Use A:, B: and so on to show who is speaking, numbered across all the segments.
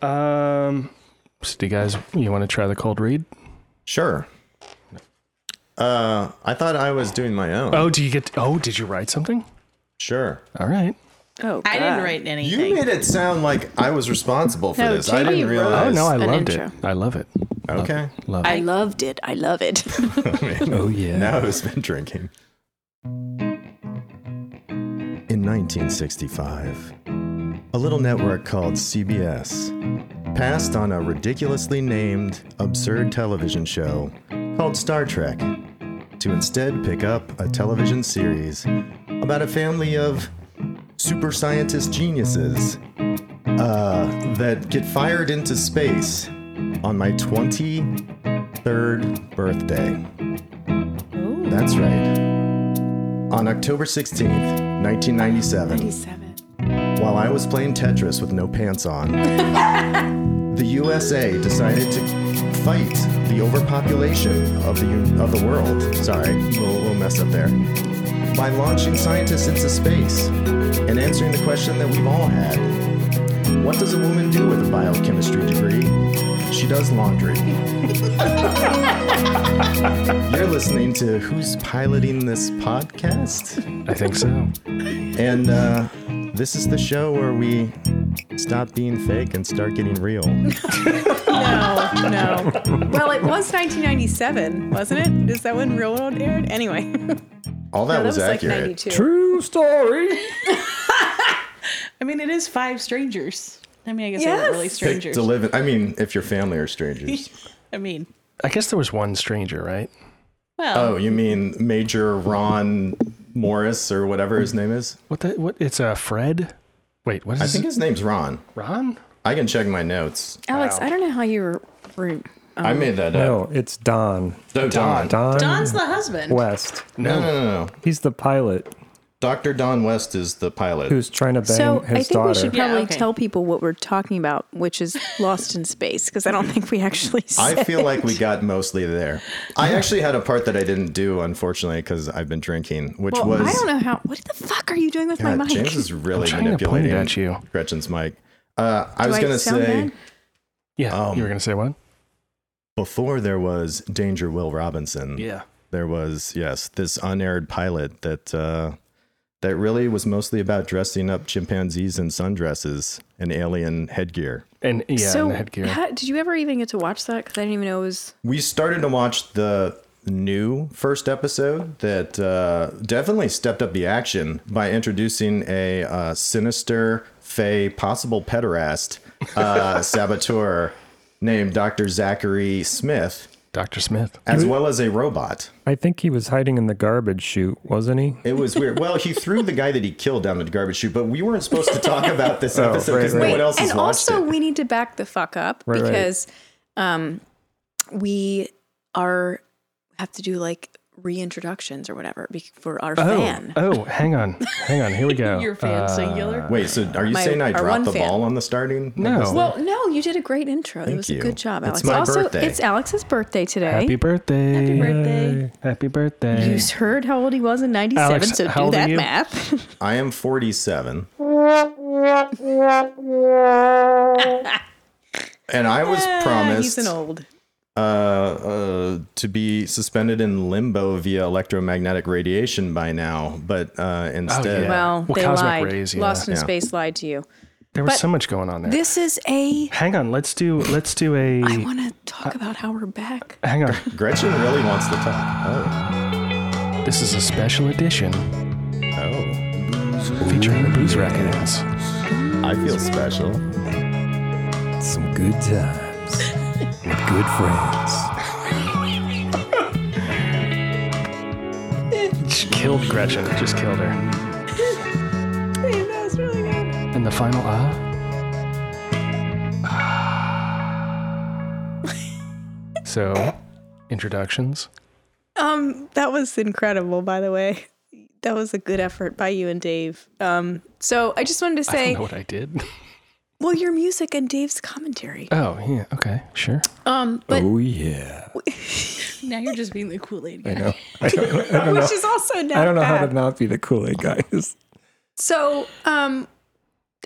A: Um, so do you guys you want to try the cold read?
B: Sure. Uh, I thought I was doing my own.
A: Oh, do you get? oh, did you write something?
B: Sure.
A: All right.
C: Oh,
D: I didn't
C: God.
D: write
B: You
D: anything.
B: made it sound like I was responsible for
D: No,
B: this. I
D: Katie
B: didn't
D: wrote-
B: realize.
A: Oh no, I
C: an
A: loved it.
C: intro.
A: I love it. Love
B: Okay.
A: it. Love
C: I
A: it.
C: loved it. I love it.
A: Oh yeah.
B: Now who's been drinking? In 1965, a little network called CBS passed on a ridiculously named, absurd television show called Star Trek to instead pick up a television series about a family of super scientist geniuses uh, that get fired into space on my 23rd birthday. That's right. On October 16th, 1997,
D: 97.
B: while I was playing Tetris with no pants on, the USA decided to fight the overpopulation of the of the world. Sorry, little, little mess up there. By launching scientists into space and answering the question that we've all had: What does a woman do with a biochemistry degree? She does laundry. You're listening to Who's Piloting This Podcast?
A: I think so.
B: And uh, this is the show where we stop being fake and start getting real.
D: No, Oh, no. well, it was 1997, wasn't it? Is that when Real World aired? Anyway, no,
B: All that,
D: that
B: was,
D: was like
B: accurate.
D: 92.
A: True story.
D: I mean, it is five strangers. I mean, I guess they're
C: Yes.
D: not really
B: Fake
D: strangers.
B: to live in- I mean, if your family are strangers.
D: I mean,
A: I guess there was one stranger, right?
D: well,
B: oh, you mean Major Ron Morris or whatever his name is?
A: What the? What? It's uh, Fred. Wait, what
B: I
A: is
B: think
A: it?
B: his name's Ron.
A: Ron?
B: I can check my notes.
C: Alex, I don't know how you were. were
B: I made that up.
E: No, it's Don.
B: No, Don.
E: Don
D: Don's the husband.
E: West.
B: No, no, no, no.
E: He's the pilot
B: Dr. Don West is the pilot.
E: who's trying to bang
C: so I think
E: his daughter.
C: we should
D: Yeah,
C: probably
D: okay.
C: tell people what we're talking about, which is Lost in Space, because I don't think we actually. Said.
B: I feel like we got mostly there. I actually had a part that I didn't do, unfortunately, because I've been drinking, which
C: Well,
B: was
C: I don't know how. What the fuck are you doing with my
B: God,
C: mic?
B: James is really
A: trying to
B: manipulating
A: point at you.
B: Gretchen's mic. Uh, I
C: Do
B: was
C: I
B: gonna
C: sound
B: say
C: bad?
A: Yeah.
B: Um,
A: you were gonna say what?
B: before there was Danger Will Robinson.
A: Yeah.
B: There was yes this unaired pilot that uh, that really was mostly about dressing up chimpanzees in sundresses and alien headgear.
A: And yeah,
C: so,
A: and the headgear.
C: how- did you ever even get to watch that? Because I didn't even know it was.
B: We started to watch the new first episode that uh, definitely stepped up the action by introducing a uh, sinister, fey, possible pederast uh, saboteur named Dr. Zachary Smith,
A: Dr. Smith.
B: as well as a robot.
E: I think he was hiding in the garbage chute, wasn't he?
B: It was weird. Well, he threw the guy that he killed down the garbage chute, but we weren't supposed to talk about this episode
E: Oh, right,
B: because
E: right.
B: no one else has
C: and
B: watched
C: also,
B: it.
C: we need to back the fuck up
E: Right, right.
C: because Um, we are have to do like reintroductions or whatever be- for our
A: Oh,
C: fan.
A: oh, hang on, hang on. Here we go. Uh,
D: Your fan singular.
B: Wait, so are you
C: My-
B: saying I
C: our one
B: dropped the
C: fan.
B: ball on the starting?
A: No.
C: Well, no, you did a great intro. it was
B: you.
C: a good job, Alex.
B: It's my
C: also,
B: birthday.
C: it's Alex's birthday today.
A: Happy birthday. Happy
D: birthday.
A: Happy birthday.
C: you heard how old he was in 97,
A: Alex,
C: so
A: how
C: do
A: old are
C: that
A: you?
C: math.
B: I am 47. and I was
D: Ah,
B: promised
D: he's an old.
B: uh, uh, to be suspended in limbo via electromagnetic radiation by now, but uh, instead,
A: yeah.
C: Well,
A: Well,
C: they
A: Cosmic
C: lied.
A: Rays, yeah.
C: Lost in
B: Yeah.
C: Space lied to you.
A: there was
C: but
A: so much going on there.
C: This is a.
A: hang on. Let's do. Let's do a.
C: I want to talk about how we're back.
A: hang on.
B: Gretchen really wants to talk.
A: This is a special edition
B: Oh, oh,
A: featuring the Booze Reckonings.
B: I feel special.
E: Some good times with good friends.
A: She killed Gretchen. Just killed her.
D: Hey, that was really good.
A: And the final ah. so, introductions.
D: Um, that was incredible, by the way. That was a good effort by you and Dave. Um,
C: So I just wanted to
A: I don't
C: say,
A: know what I did.
C: well, your music and Dave's commentary.
A: Oh yeah. Okay. Sure.
C: Um, but
E: Oh yeah.
D: now you're just being the Kool Aid guy.
C: which is also not
E: I don't know
C: bad.
E: how to not be the Kool Aid guy. It's-
C: So, um,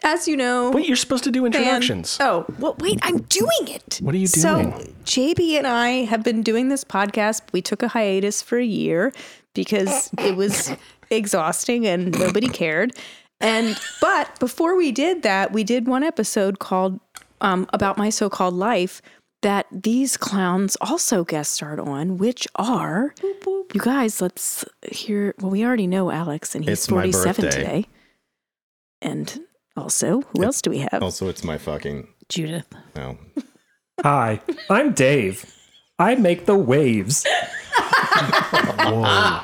C: as you know,
A: Wait, you're supposed to do
C: fan-
A: introductions.
D: Oh, well, wait, I'm doing it.
A: What are you
D: So,
A: doing?
D: JB and I have been doing this podcast. We took a hiatus for a year because it was exhausting and nobody cared. And, but before we did that, we did one episode called um, About My So Called Life that these clowns also guest starred on, which are,
C: you guys, let's hear. Well, we already know Alex, and he's
B: It's my
C: 47
B: birthday.
C: today. And also, who else do we have?
B: Also, it's my fucking.
F: Judith.
B: No.
E: Hi, I'm Dave. I make the waves.
A: Whoa.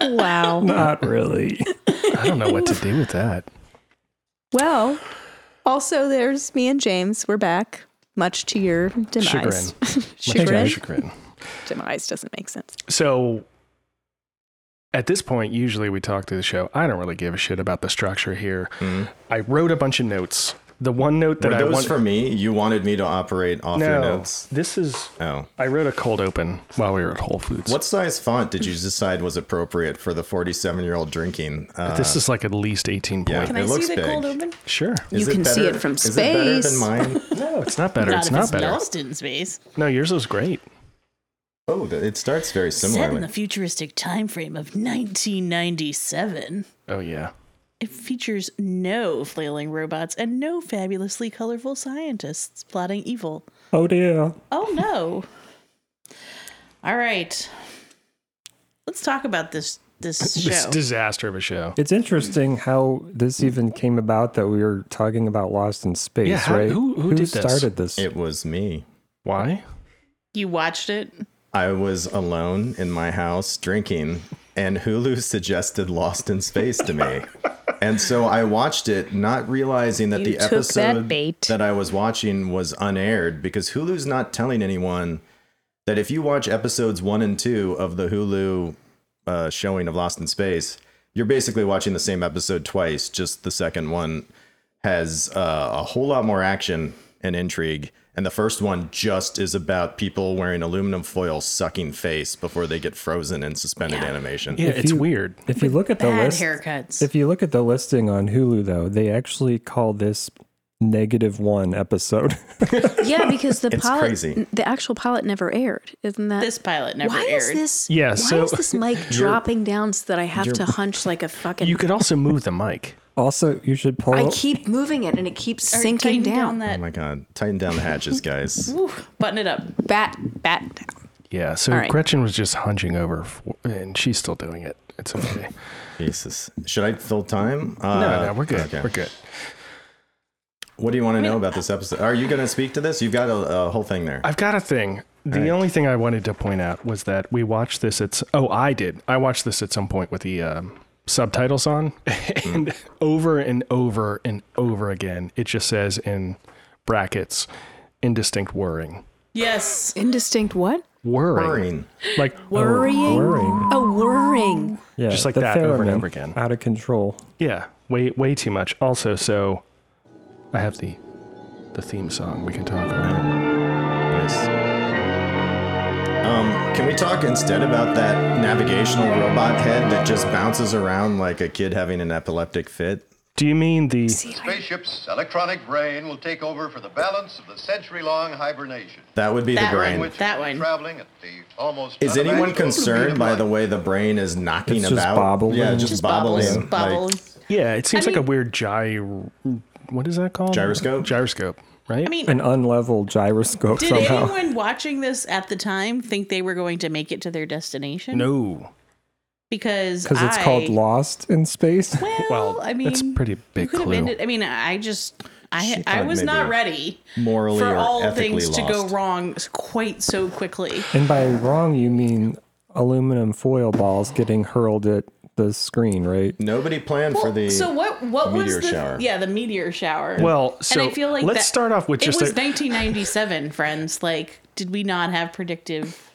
D: wow.
E: Not really.
A: I don't know what to do with that.
D: Well, also there's me and James. We're back, much to your demise.
A: Chagrin.
D: Chagrin.
A: Chagrin.
D: Demise doesn't make sense.
A: So at this point, usually we talk through the show. I don't really give a shit about the structure here. I wrote a bunch of notes. The one note that
B: Hmm. Were
A: I
B: those
A: want
B: for me? You wanted me to operate off your
A: no,
B: notes?
A: this is
B: Oh.
A: I wrote a cold open while we were at Whole Foods.
B: What size font did you decide was appropriate for the 47 year old drinking? Uh,
A: This is like at least eighteen
B: yeah,
A: point.
B: it looks big.
A: Sure.
B: Is
C: You can see
B: better-
C: it from
B: Is it better than
C: space.
B: mine?
A: No, it's not better.
F: Not
A: it's
F: if
A: not
F: it's
A: better.
F: lost in space.
A: No, yours was great.
B: Oh, th- it starts very
F: Set in the
B: similarly.
F: futuristic time frame of 1997.
A: Oh yeah.
F: It features no flailing robots and no fabulously colorful scientists plotting evil.
E: Oh dear.
F: Oh no. All right. Let's talk about this this show.
A: This disaster of a show.
E: It's interesting how this even came about that we were talking about Lost in Space,
A: Yeah, how-
E: right?
A: who- who did this?
E: started this?
B: It was me.
A: Why?
F: you watched it?
B: I was alone in my house drinking, and Hulu suggested Lost in Space to me. And so I watched it, not realizing that the
D: took that
B: episode
D: bait.
B: that I was watching was unaired because Hulu's not telling anyone that if you watch episodes one and two of the Hulu uh, showing of Lost in Space, you're basically watching the same episode twice. Just the second one has uh, a whole lot more action and intrigue, and the first one just is about people wearing aluminum foil sucking face before they get frozen in suspended animation.
A: Yeah, it's
E: you-
A: weird.
E: If you look at the
F: Bad
E: list,
F: haircuts.
E: if you look at the listing on Hulu, though, they actually call this negative one episode.
C: Yeah, because the
B: It's
C: pilot,
B: crazy.
C: the actual pilot never aired. Isn't that
F: this pilot never
C: why
F: aired.
C: is this?
A: Yeah,
C: why
A: so-
C: is this mic dropping down so that I have to hunch like a fucking?
A: You could also move the mic.
E: also, you should pull.
C: I keep moving it and it keeps
F: All right,
C: sinking
F: tighten
C: down.
B: Oh
F: that.
B: my god, tighten down the hatches, guys.
F: Ooh, button it up.
D: Bat, bat.
A: Yeah. So
C: right.
A: Gretchen was just hunching over, for, and she's still doing it. It's okay.
B: Jesus. Should I fill time? Uh,
A: no, no, we're good.
B: okay.
A: We're good.
B: What do you want to know about this episode? Are you going to speak to this? You've got a, a whole thing there.
A: I've got a thing. The
B: right.
A: only thing I wanted to point out was that we watched this at. s- Oh, I did. I watched this at some point with the um, subtitles on, and over and over and over again, it just says in brackets, indistinct whirring,
F: Yes.
C: Indistinct what?
A: whirring,
B: Boring.
A: like
C: Worrying.
E: whirring.
C: A whirring.
E: Oh, yeah,
A: just like
E: the
A: that over and
E: theremin
A: over again.
E: Out of control.
A: yeah, way way too much. Also, so I have the the theme song. We can talk about. it.
B: Nice. Um, can we talk instead about that navigational robot head that just bounces around like a kid having an epileptic fit?
A: Do you mean the?
G: Spaceship's electronic brain will take over for the balance of the century-long hibernation.
B: That would be
F: That
B: the
F: one
B: brain.
F: would- That
G: will be
F: one.
G: Traveling at the almost.
B: Is anyone
G: unimaginable speed
B: concerned
G: of
B: by
G: light.
B: the way the brain is knocking
E: It's just
B: about?
E: bobbling.
B: Yeah, just,
F: Just
B: bobbling.
F: bubbles.
B: like-
F: Bubbles.
A: Yeah, it seems
F: I
A: like a
F: mean-
A: weird gyro. What is that called?
B: Gyroscope?
A: Gyroscope. Right.
F: I mean,
E: An unlevel gyroscope
F: Did
E: somehow.
F: anyone watching this at the time think they were going to make it to their destination?
A: no.
F: because
E: Because it's
F: I-
E: called Lost in Space.
F: Well,
A: Well,
F: I mean,
A: that's a pretty big
F: you could have
A: clue.
F: ended- I mean, I just I
B: She
F: I
B: thought
F: was
B: maybe
F: not ready
B: morally
F: for
B: or
F: all
B: ethically
F: things to go
B: lost.
F: wrong s- quite so quickly.
E: and by wrong, you mean aluminum foil balls getting hurled at the screen, right?
B: Nobody planned for the.
F: so what what
B: meteor
F: was the
B: shower.
F: yeah the meteor shower?
A: Well, so
F: and I feel like
A: let's
F: that-
A: start off with
F: it
A: just
F: was
A: a-
F: 1997, friends. Like, did we not have predictive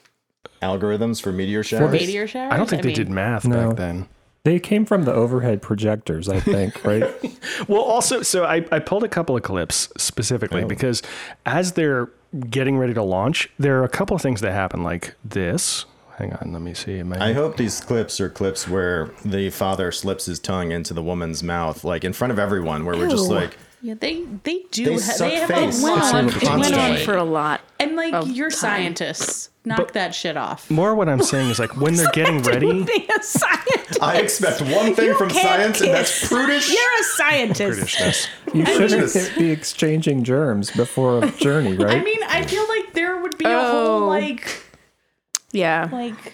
B: algorithms for meteor showers?
F: meteor showers?
A: I don't think they
F: mean,
A: did math
E: No.
A: back then.
E: They came from the overhead projectors, I think, right?
A: Well, also, so I, I pulled a couple of clips specifically
B: Oh.
A: because as they're getting ready to launch, there are a couple of things that happen, like this Hang on, let me see. Am
B: I hope these clips are clips where the father slips his tongue into the woman's mouth, like in front of everyone, where we're just
C: Ew.
B: like,
F: Yeah, they they do.
B: They
F: ha-
B: suck
F: have
B: face.
F: a went
B: It's
F: on,
B: a
F: it went on
B: constantly.
F: for,
C: a lot.
F: and like
A: Oh,
C: of
F: you're
C: time.
F: scientists, knock that shit off.
A: More what I'm saying is like when they're getting ready.
D: Being a scientist.
B: I expect one thing
D: You
B: from
D: can't
B: science, and that's
D: kiss.
B: prudish.
D: You're a scientist.
A: Britishness.
E: You
B: Jesus.
E: shouldn't be exchanging germs before a journey, right?
F: I mean, I feel like there would be a whole
D: Oh.
F: like
D: Yeah.
F: like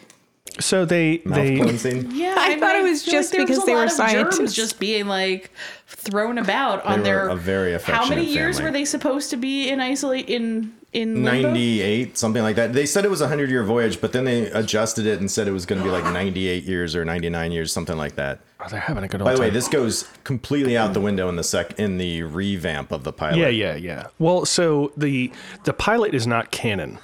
A: So they
B: Mouth
A: they
B: cleansing.
F: yeah.
D: I
F: mean,
D: thought it was
F: feel
D: just
F: there was
D: because
F: a
D: they
F: lot
D: were
F: of germs
D: scientists.
F: just being like thrown about on
B: were
F: their
B: a very
F: how many
B: affectionate
F: years
B: family.
F: were they supposed to be in isolate in in limbo?
B: 98, something like that. They said it was a 100 year voyage, but then they adjusted it and said it was going to be like 98 years or 99 years, something like that.
A: oh, they're having a good old
B: By the way,
A: time.
B: this goes completely out the window in the sec in the revamp of the pilot.
A: yeah, yeah, yeah. Well, so the the pilot is not canon.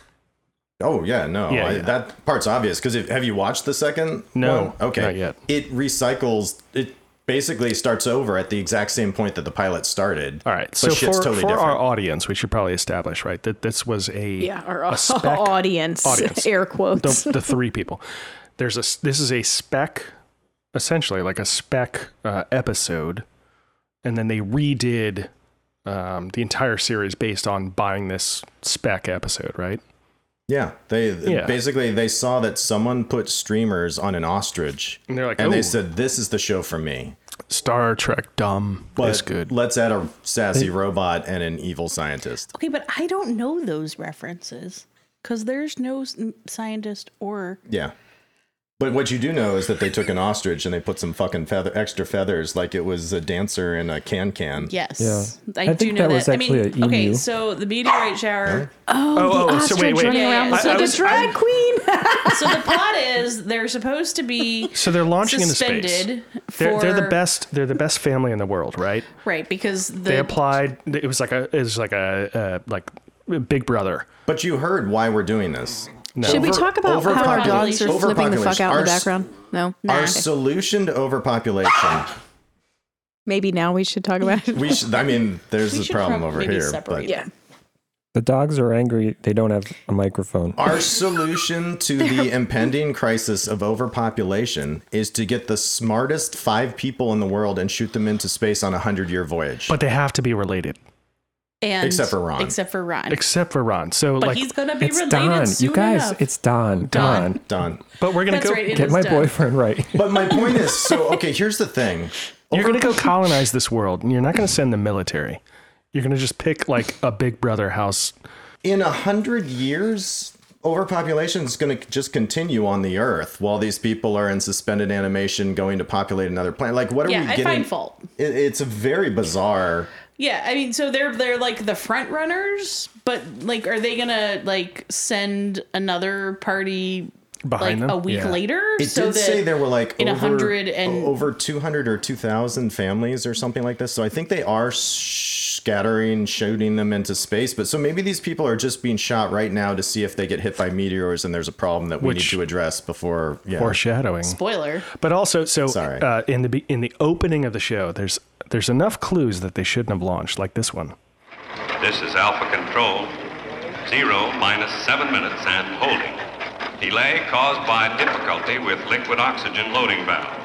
B: Oh yeah, no,
A: Yeah,
B: I,
A: yeah.
B: that part's obvious. Because have you watched the second?
A: No,
B: one? okay,
A: not yet.
B: It recycles. It basically starts over at the exact same point that the pilot started.
A: All right.
B: but
A: So
B: shit's
A: for,
B: totally
A: for
B: different.
A: our audience, we should probably establish, right, that this was a
D: Yeah, our
A: a spec
D: audience,
A: audience.
D: air quotes.
A: the, the three people. There's a s- this is a spec, essentially like a spec uh, episode, and then they redid um, the entire series based on buying this spec episode, right?
B: yeah, they
A: Yeah.
B: basically they saw that someone put streamers on an ostrich,
A: And they're like,
B: and
A: "Ooh."
B: they said, "This is the show for me."
A: Star Trek dumb
B: But
A: is good.
B: let's add a sassy robot and an evil scientist.
F: Okay, but I don't know those references because there's no s- scientist or
B: Yeah. But what you do know is that they took an ostrich and they put some fucking feather, extra feathers, like it was a dancer in a can can.
F: Yes.
E: Yeah.
F: I,
E: I
F: do
E: think
F: know
E: that was
F: I mean,
E: actually a
F: okay,
E: emu.
F: so the meteorite shower.
A: oh, oh, so wait, wait.
F: around with
A: I- I
F: like a
A: was-
D: Drag queen.
F: so the plot is they're supposed to be
A: so they're launching into space.
F: suspended
A: They're,
F: for
A: they're the best. They're the best family in the world, right?
F: right because the
A: They applied. It was like a. It was like a uh, like Big Brother.
B: But you heard why we're doing this.
C: Should we
B: Over-
C: talk about how our dogs
B: overpopulation.
C: are flipping the
B: Overpopulation.
C: fuck out
B: Our
C: in the
B: s-
C: background? No.
B: Our solution to overpopulation.
D: Maybe now we should talk about it.
B: we should. I mean, there's
F: We
B: a
F: should
B: problem
F: prob-
B: over
F: maybe
B: here. But
F: separate them.
E: the dogs are angry. They don't have a microphone.
B: our solution to the impending crisis of overpopulation is to get the smartest five people in the world and shoot them into space on a hundred-year voyage.
A: But they have to be related,
F: and
B: Except for Ron.
F: Except for Ron.
A: except for Ron. So
F: but
A: like
F: he's gonna be
E: It's
F: related
E: Don.
F: soon
E: You guys,
F: enough.
E: it's Don. Come on.
B: Done.
A: But we're gonna
F: That's
A: go.
F: right, it
E: Get
F: was
E: my
F: Don.
E: boyfriend right.
B: But my point is, so okay. Here's the thing.
A: You're gonna go colonize this world, and you're not gonna send the military. You're gonna just pick like a Big Brother house.
B: in a hundred years overpopulation is going to just continue on the earth while these people are in suspended animation going to populate another planet like what are
F: Yeah,
B: we
F: I
B: getting
F: find fault.
B: It- it's a very bizarre
F: Yeah, I mean, so they're they're like the front runners, but like, are they gonna like send another party
A: Behind
F: like
A: them?
F: a week
A: Yeah.
F: later?
B: it did say there were like
F: in a
B: over, uh,
F: hundred and-
B: over 200 or 2000 families or something like this so i think they are sh- scattering shooting them into space but so maybe these people are just being shot right now to see if they get hit by meteors and there's a problem that we
A: Which-
B: need to address before yeah
A: Foreshadowing.
F: spoiler.
A: But also, so
B: Sorry.
A: uh, in the be- in the opening of the show, there's there's enough clues that they shouldn't have launched, like this one.
H: This is Alpha Control. Zero minus seven minutes and holding. Delay caused by difficulty with liquid oxygen loading valve.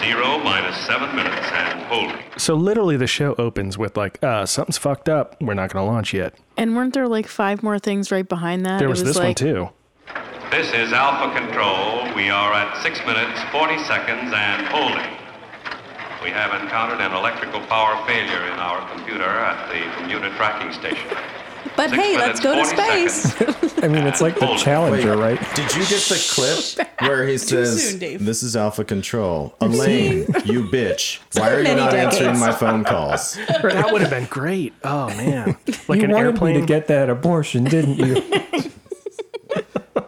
H: Zero minus seven minutes and holding.
A: So literally, the show opens with like uh, something's fucked up. We're not gonna launch yet.
C: And weren't there like five more things right behind that?
A: There was, this one
C: like,
A: too.
H: This is Alpha Control. We are at six minutes, 40 seconds and holding. We have encountered an electrical power failure in our computer at the Bermuda tracking station.
D: But
H: Six
D: hey, let's
H: minutes,
D: go to
H: 40
D: space.
H: seconds.
E: I mean, it's like the
H: Hold it.
E: Challenger, right?
B: Did you get the clip where he says,
F: soon, Dave.
B: "This is Alpha Control, Elaine, you bitch. Why are you
D: Many
B: not
D: decades.
B: answering my phone calls?"
A: That would have been great. Oh man, like
E: you
A: an
E: wanted
A: airplane.
E: me to get that abortion, didn't you?
D: Yeah,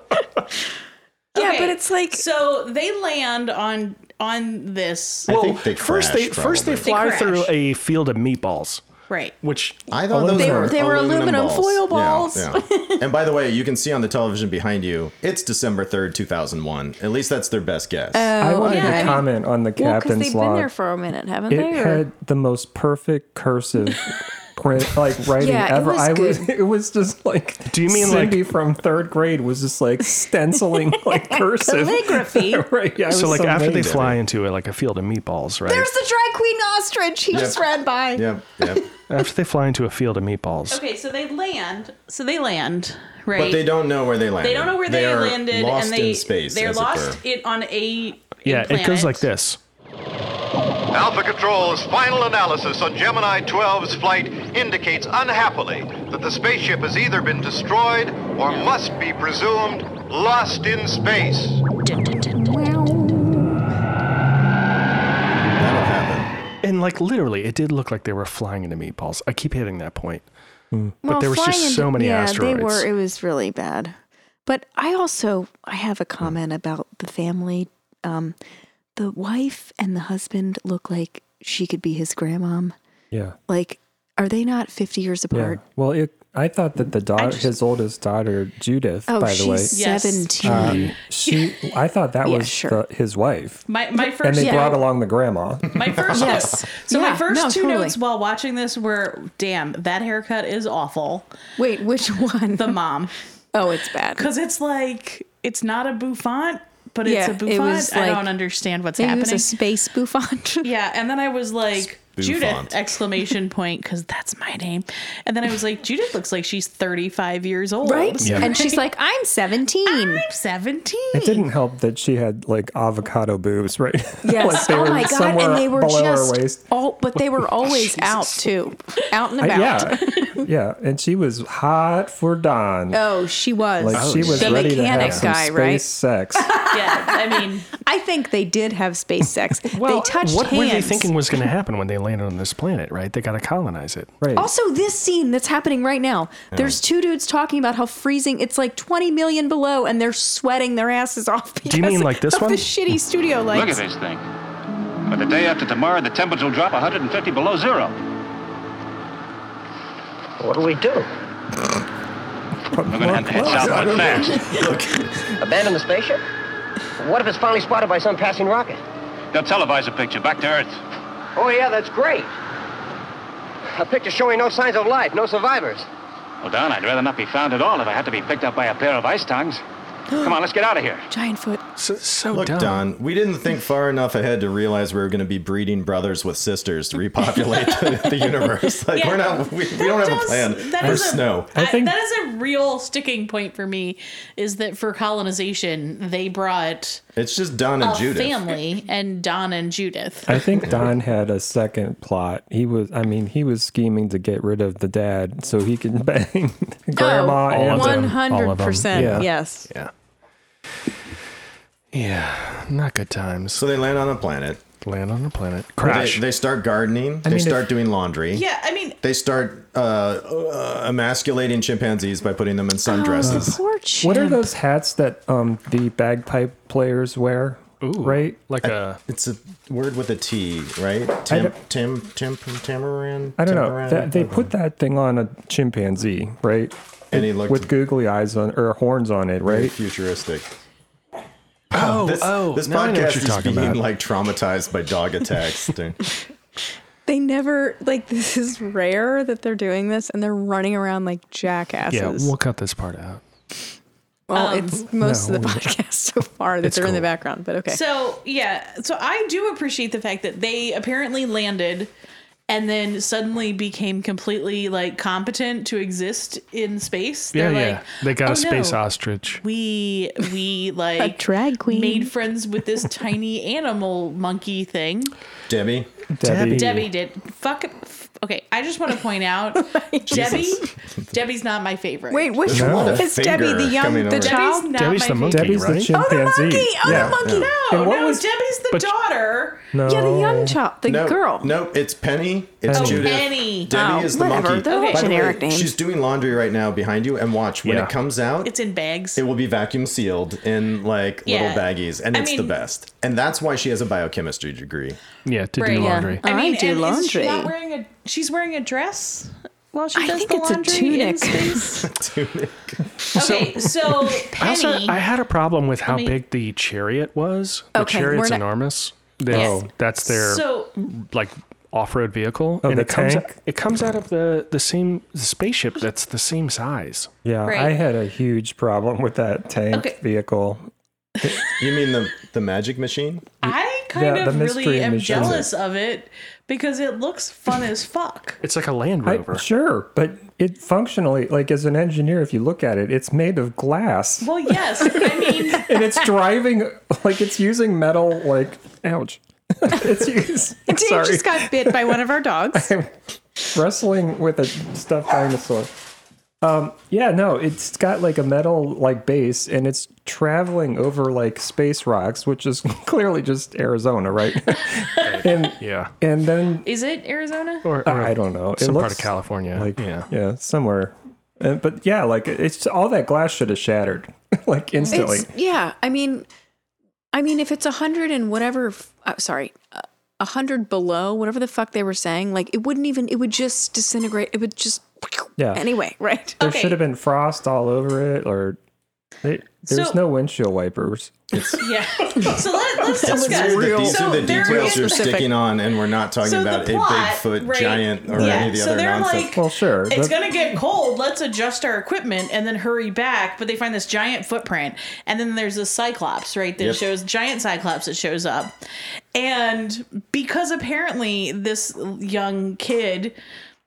F: Okay,
D: but it's like
F: so they land on on this
B: I think they
A: first they
B: crashed,
A: first they
B: probably.
A: fly
F: They
A: through
F: crashed.
A: a field of meatballs,
F: right.
A: which
B: I thought those
E: They
B: were,
E: were-
D: they were aluminum foil balls.
B: Yeah, yeah. and by the way, you can see on the television behind you, it's December third, two thousand one. At least that's their best guess.
F: Uh,
E: I wanted
D: yeah.
E: to comment on the
C: Well, because
E: captain's
C: they've been
E: log.
C: there for a minute, haven't
E: it
C: they? Or-
E: had the most perfect cursive print like writing
C: Yeah, it
E: ever.
C: was
E: I was
C: good.
E: it was just like
A: Do you mean, like-
E: Cindy from third grade was just like stenciling like cursive
D: Calligraphy.
E: right? Yeah, I
A: So
E: was
A: like after they
E: amazed.
A: fly into it like a field of meatballs, right?
D: There's the drag queen ostrich. He just ran by.
B: Yep, yep.
A: after they fly into a field of meatballs.
F: Okay, so they land. So they land, right?
B: But they don't know where they landed.
F: They don't know where they,
B: are
F: landed,
B: lost
F: and they
B: in space.
F: they're
B: as
F: lost
B: It were.
F: it on a
A: yeah,
F: planet.
A: it goes like this.
G: Alpha Control's final analysis on Gemini 12's flight indicates unhappily that the spaceship has either been destroyed or must be presumed lost in space.
B: That'll happen.
A: And like literally, it did look like they were flying into meatballs. I keep hitting that point.
C: Well,
A: there was just
C: flying
A: so
C: into-
A: many
C: yeah,
A: asteroids.
C: They were. It was really bad. But I also I have a comment about the family. Um, the wife and the husband look like she could be his grandmom.
E: Yeah,
C: Like, are they not fifty years
E: yeah.
C: apart?
E: Well, it, I thought that the daughter,
F: just-
E: his oldest daughter Judith,
C: Oh,
E: by the way,
C: she's
F: Yes.
C: seventeen.
E: um, she, I thought that
C: Yeah,
E: was
C: sure.
E: the, his wife,
F: My my first
E: and they
F: note-
E: brought along the grandma.
F: my first
C: Yes.
F: so
C: Yeah,
F: my first
C: no,
F: two
C: totally.
F: notes while watching this were damn that haircut is awful
C: Wait, which one?
F: the mom
C: oh, it's bad.
F: because it's like it's not a bouffant but
C: Yeah,
F: it's a
C: it
F: bouffant
C: was
F: I
C: like-
F: don't understand what's
C: Maybe it
F: happening
C: was a space bouffant.
F: Yeah, and then I was like,
B: Spoofant.
F: Judith! Exclamation point, because that's my name. And then I was like, Judith looks like she's 35 years old,
D: Right?
A: Yeah.
D: And she's like, I'm 17.
F: I'm 17.
E: It didn't help that she had like avocado boobs, right?
C: Yes.
E: Like, they
C: oh
E: were
C: my god!
E: somewhere
C: And they were
E: below her
C: just
E: waist. Oh,
C: all, but they were always out too, out and
E: I-
C: about.
E: yeah, yeah, and she was hot for Don.
D: Oh, she was.
E: Like she was
D: the
E: ready to have
D: mechanic
E: some
D: guy,
E: space
D: right?
E: sex.
F: Yeah, I mean,
D: I think they did have space sex.
A: Well,
D: they touched
A: what
D: hands.
A: were they thinking was going to happen when they landed on this planet? Right? They got to colonize it.
E: Right.
D: Also, this scene that's happening right now, there's two dudes talking about how freezing it's like 20 million below, and they're sweating their asses off because
A: you mean like this
D: of
A: one?
D: the shitty studio
I: Look at
D: lights.
I: this thing. But the day after tomorrow, the temperature will drop 150 below zero.
J: What do we do?
I: We're going to have to head southward fast.
J: Abandon the spaceship? What if it's finally spotted by some passing rocket?
I: They'll televise a picture back to Earth.
J: Oh, yeah, that's great. A picture showing no signs of life, no survivors.
I: Well, Don, I'd rather not be found at all if I had to be picked up by a pair of ice tongs. Come on, let's get out of here.
C: Giant foot.
A: So, so
B: Look,
A: dumb.
B: Don, we didn't think far enough ahead to realize we were going to be breeding brothers with sisters to repopulate the, the universe. Like
F: Yeah.
B: we're not, we, we don't have a
F: does-
B: plan.
F: that
B: We're
F: is a-
B: snow.
F: I-
E: think-
F: that is a real sticking point for me is that for colonization, they brought
B: It's just Don and
F: a
B: Judith.
F: family and Don and Judith.
E: I think Don had a second plot. He was, I mean, he was scheming to get rid of the dad so he can bang
D: Oh,
E: grandma
A: all
E: and
A: of them. All of them.
D: 100%.
E: Yeah.
D: Yes.
A: Yeah. Yeah. Not good times.
B: So they land on a planet.
A: land on a planet.
B: They,
A: Crash.
B: they start gardening. they
E: mean,
B: start
E: if-
B: doing laundry.
F: Yeah, I mean,
B: They start uh, uh, emasculating chimpanzees by putting them
D: Oh,
B: in
E: Oh.
B: sundresses.
C: Poor chimp.
E: What are those hats that um the bagpipe players wear? Right?
A: Like a
B: It's a word with a T, right? Tim,
E: don't-
B: Tim, Tim, Tamarin.
E: I don't know.
B: Tamarin? Oh,
E: That, they put that thing on a chimpanzee, right?
B: and he looked
E: With googly eyes on or horns on it,
B: very
E: right?
B: futuristic.
A: oh
B: This,
A: oh.
B: this
A: now I know what
B: podcast
A: you're
B: is
A: talking
B: being
A: about.
B: like traumatized by dog attacks. dude.
D: They never, like, this is rare that they're doing this, and they're running around like
A: yeah,
D: jackasses.
A: we'll cut this part out.
D: well, it's most
E: no,
D: of the podcast so far that they're in the
A: cool.
D: background, but okay.
F: So yeah, so I do appreciate the fact that they apparently landed and then suddenly became completely like competent to exist in space.
A: Yeah,
F: They're
A: yeah.
F: like,
A: they got
F: "Oh,
A: a space
F: no,
A: ostrich.
F: We we like
C: drag queen.
F: made friends with this tiny animal monkey thing.
B: Debbie,
E: Debbie.
F: Debbie did fuck. Okay, I just want to point out Debbie. Debbie's not my favorite.
D: Wait, which
E: No.
D: one is Debbie, the
B: Finger coming
D: young,
B: over.
D: the
B: Debbie's
F: Debbie's
D: child?
F: not
A: Debbie's
F: my
A: the monkey,
F: favorite.
E: Debbie's the
A: right?
E: chimpanzee.
D: Oh, the monkey!
F: No,
E: And what
F: no,
E: was-
F: Debbie's the daughter.
E: No.
D: Yeah, the
C: Oh.
D: young child, the
B: no
D: girl.
B: No, it's Penny. It's
E: Oh,
B: Judith.
F: Penny.
B: Debbie
D: Oh,
B: is the
D: whatever.
B: monkey.
D: They're all
B: By the way,
D: generic names.
B: She's doing laundry right now behind you, and watch when
A: Yeah.
B: it comes out.
F: It's in bags.
B: it will be vacuum sealed in like
F: Yeah.
B: little baggies, and
F: I
B: it's the
F: mean-
B: best. And that's why she has a biochemistry degree.
A: Yeah, to
F: Right,
A: do
F: yeah.
A: laundry.
F: I
D: I
F: mean,
D: do
F: and is she not
D: laundry.
F: wearing a, she's wearing a dress while she
D: I
F: does
D: think
F: the
D: it's a
F: laundry in
D: tunic.
F: space.
B: Dude,
F: okay, so
A: I also
F: Penny,
A: I had a problem with how
F: me-
A: big the chariot was. The
D: Okay, we're
A: chariot's
D: not-
A: enormous. They,
F: Yes.
A: That's their
F: so
A: like off-road vehicle,
E: Oh,
A: and
E: the
A: it comes
E: tank?
A: it comes out of the the same spaceship that's the same size.
E: Yeah, I
D: Right.
E: had a huge problem with that tank
F: Okay.
E: vehicle.
B: You mean the the magic machine?
F: I kind
E: Yeah, the
F: of
E: mystery
F: really am
E: machine.
F: jealous of it because it looks fun as fuck.
A: It's like a Land
E: I-
A: Rover.
E: sure, but it functionally, like as an engineer, if you look at it, it's made of glass.
F: Well, yes. I mean,
E: and it's driving like it's using metal like ouch it's used
D: Dave
E: sorry
D: just got bit by one of our dogs.
E: wrestling with a stuffed dinosaur um yeah no it's got like a metal like base and it's traveling over like space rocks which is clearly just arizona right and
A: yeah,
E: and then
F: is it Arizona?
A: or, or
E: i don't know it
A: some part
E: looks
A: of California.
E: like
A: yeah,
E: yeah, somewhere Uh, but yeah like it's all that glass should have shattered like instantly
C: It's yeah. I mean, I mean, if it's a hundred and whatever, f- uh, sorry, uh, a hundred below, whatever the fuck they were saying, like it wouldn't even. It would just disintegrate. It would just.
E: Yeah.
C: Anyway, right.
E: There
F: Okay.
E: should have been frost all over it, or they, there's
F: So-
E: no windshield wipers. It's,
F: Yeah. So let,
B: It's
F: let's discuss.
B: weird that these
F: so
B: are the
F: there
B: details
F: is-
B: you're
C: specific.
B: sticking on, and we're not talking
F: so the
B: about
F: plot,
B: a Bigfoot
F: right?
B: giant or
F: Yeah.
B: any of the
F: so
B: other
F: they're
B: nonsense.
F: Like,
E: well, sure.
F: It's
E: that-
F: gonna get cold. Let's adjust our equipment and then hurry back. But they find this giant footprint, and then there's this cyclops, right? That
B: Yep.
F: shows giant cyclops that shows up, and because apparently this young kid,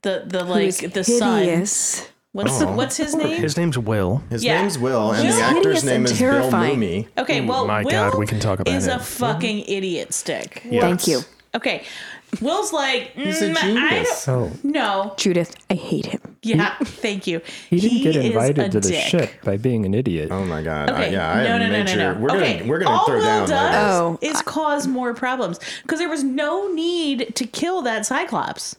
F: the the like
C: Who's
F: the son,
C: hideous.
F: what's what's his name?
A: his name's Will.
B: His
F: yeah.
B: name's Oh. Will, and
F: He's
B: the
C: hideous
B: actor's name
C: and
B: is
C: terrifying.
B: Bill Mumy.
F: okay, well,
A: Mm, my
F: Will
A: God, we can talk about
F: is
A: it.
F: a fucking idiot stick.
C: Thank you,
F: Okay, Will's like,
B: He's a
F: "Mm, I don't-
B: genius.
E: oh,
F: no,
C: Judith. I hate him.
F: yeah, thank you.
E: he didn't get
F: is a
E: invited to the
F: dick.
E: ship by being an idiot.
B: Oh my god! I,
F: Okay.
B: yeah, I
F: no,
B: have
F: no, no,
B: made
F: no,
B: sure
F: no.
B: we're
F: okay.
B: gonna we're gonna
F: All
B: throw
F: Will
B: down.
F: Does
B: later.
C: Oh,
F: is cause more problems because there was no need to kill that Cyclops.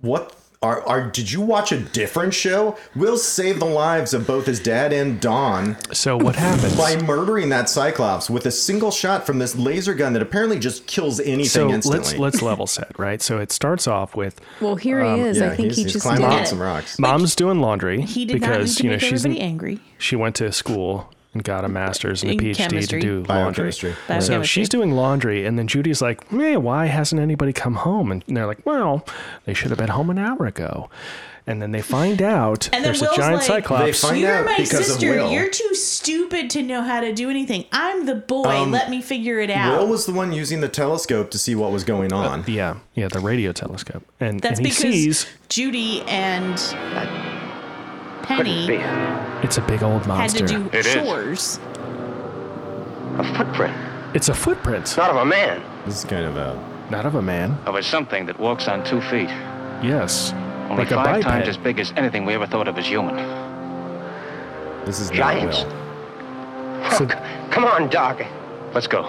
B: What are are? Did you watch a different show? Will saved the lives of both his dad and Dawn
A: So what happens?
B: by murdering that Cyclops with a single shot from this laser gun that apparently just kills anything
A: so
B: instantly.
A: let's let's level set, right? So it starts off with
C: Well, here he is.
B: Um, yeah,
C: I think
B: he's,
C: he
B: he's
C: just
B: climbing
C: did
B: on
C: it.
B: some rocks.
A: mom's doing laundry
F: He did not need
A: because
F: to
A: you know
F: make
A: she's
F: everybody
A: in-
F: angry.
A: she went to school and got a master's and a
F: In
A: PhD
F: chemistry.
A: to do laundry.
B: Biochemistry.
A: So
F: Biochemistry.
A: she's doing laundry, and then Judy's like, "Eh, why hasn't anybody come home?" And they're like, "Well, they should have been home an hour ago." And then they find out
F: And then
A: there's a
F: Will's
A: giant
F: like,
B: They
A: cyclops.
B: find
F: You're
B: out
F: my
B: because
F: sister.
B: of Will.
F: You're too stupid to know how to do anything. I'm the boy. Let me figure it out.
B: Um, Will was the one using the telescope to see what was going on.
A: yeah, yeah, the radio telescope, and,
F: That's
A: and he
F: because
A: sees
F: Judy and uh, Penny
A: it's a big old
F: had
A: monster.
F: to do
H: It is.
F: chores.
I: A footprint,
A: it's a footprint,
I: not of a man,
B: This is kind of a
A: not of a man.
I: of a something that walks on two feet.
A: Yes,
I: Only
A: like a
I: five
A: biped.
I: times as big as anything we ever thought of as human.
B: this is
J: Giants.
B: not Will.
A: So
J: Come on, Doc.
I: Let's go.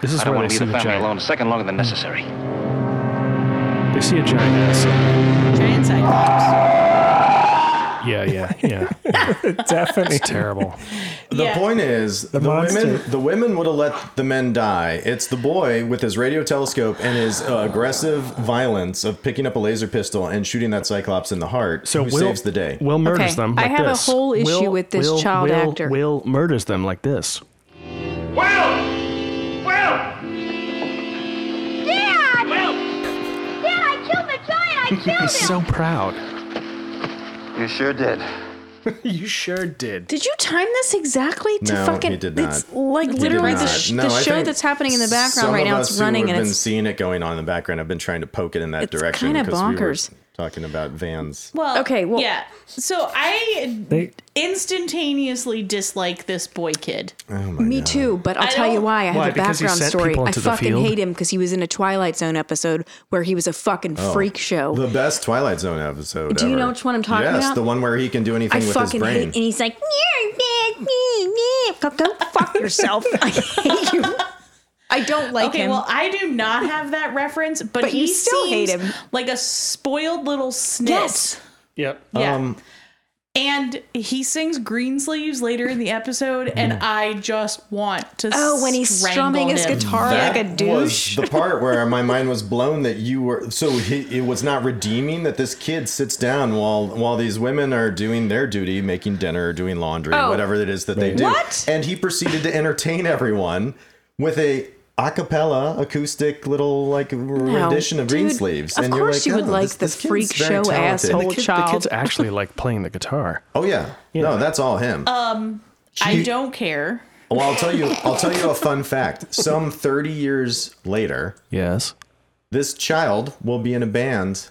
A: this is
I: I don't
A: where
I: want
A: they
I: to
A: see
I: leave the family
A: the giant.
I: alone a second longer than necessary.
A: They see a giant ass.
F: Giant Cyclops.
A: Yeah, yeah, yeah.
E: Definitely.
A: Terrible.
B: The
F: Yeah.
B: point is, the,
E: monster.
B: women the women would have let the men die. It's the boy with his radio telescope and his uh, aggressive violence of picking up a laser pistol and shooting that Cyclops in the heart.
A: So
B: who
A: Will,
B: saves the day?
A: Will murders
C: Okay,
A: them.
C: I
A: Like
C: have a
A: this.
C: whole issue
A: Will-
C: with this
A: Will-
C: child
A: Will-
C: actor.
A: Will murders them like this.
K: Dad! Dad, I killed the giant! I killed him!
A: He's so proud.
J: You sure did.
A: You sure did.
C: Did you time this exactly to
B: No,
C: fucking?
B: he did not.
C: It's like literally the, sh-
B: No,
C: the
B: I
C: show
B: think
C: that's happening in the
B: some
C: background right
B: of
C: now.
B: us
C: It's
B: who
C: running
B: have
C: and
B: been
C: it's
B: seeing it going on in the background. I've been trying to poke it in that
C: It's
B: direction.
C: kinda
B: 'cause we were
C: bonkers.
B: talking about Vans.
F: Well,
C: Okay, well-
F: yeah. So I
E: They-
F: instantaneously dislike this boy kid.
C: me too. But I'll
F: I
C: tell you
F: don't-
C: why. I have
A: Why,
C: a
A: because he
C: background
A: sent
C: story.
A: people
C: I
A: into the
C: fucking
A: field?
C: hate him because he was in a Twilight Zone episode where he was a fucking freak show.
B: Oh. The best Twilight Zone episode.
C: Do you
B: ever.
C: know which one I'm talking
B: yes,
C: about?
B: the one where he can do anything
C: I
B: with his
C: fucking hate.
B: brain.
C: And he's like, "You're bad, me, me." go go fuck yourself. I hate you. I don't like
F: Okay,
C: him.
F: well, I do not have that reference, but,
C: But
F: he
C: you still hate
F: seems
C: him.
F: like a spoiled little snit.
C: yes.
A: Yep. Uh,
F: Yeah.
B: Um,
F: and he sings Green Sleeves later in the episode, and I just want to.
C: Oh, when he's strumming
F: strangle
C: his
F: him.
C: guitar like a
B: was
C: douche.
B: the part where my mind was blown that you were so he, it was not redeeming that this kid sits down while while these women are doing their duty, making dinner, doing laundry,
C: Oh.
B: whatever it is that they do.
C: What?
B: And he proceeded to entertain everyone with a acapella acoustic little like r-
C: No,
B: rendition of
C: dude,
B: Greensleeves.
C: of
B: and you're
C: course
B: like,
C: you would
B: "Oh,
C: like
B: this-
C: the
B: this kid's
C: freak
B: very
C: show
B: talented."
C: asshole
A: The, kid, the
C: Child.
A: kid's actually like playing the guitar.
B: Oh yeah. No, that's all him.
F: Um, I don't care.
B: Well, I'll tell you. I'll tell you a fun fact. Some 30 years later,
A: yes,
B: this child will be in a band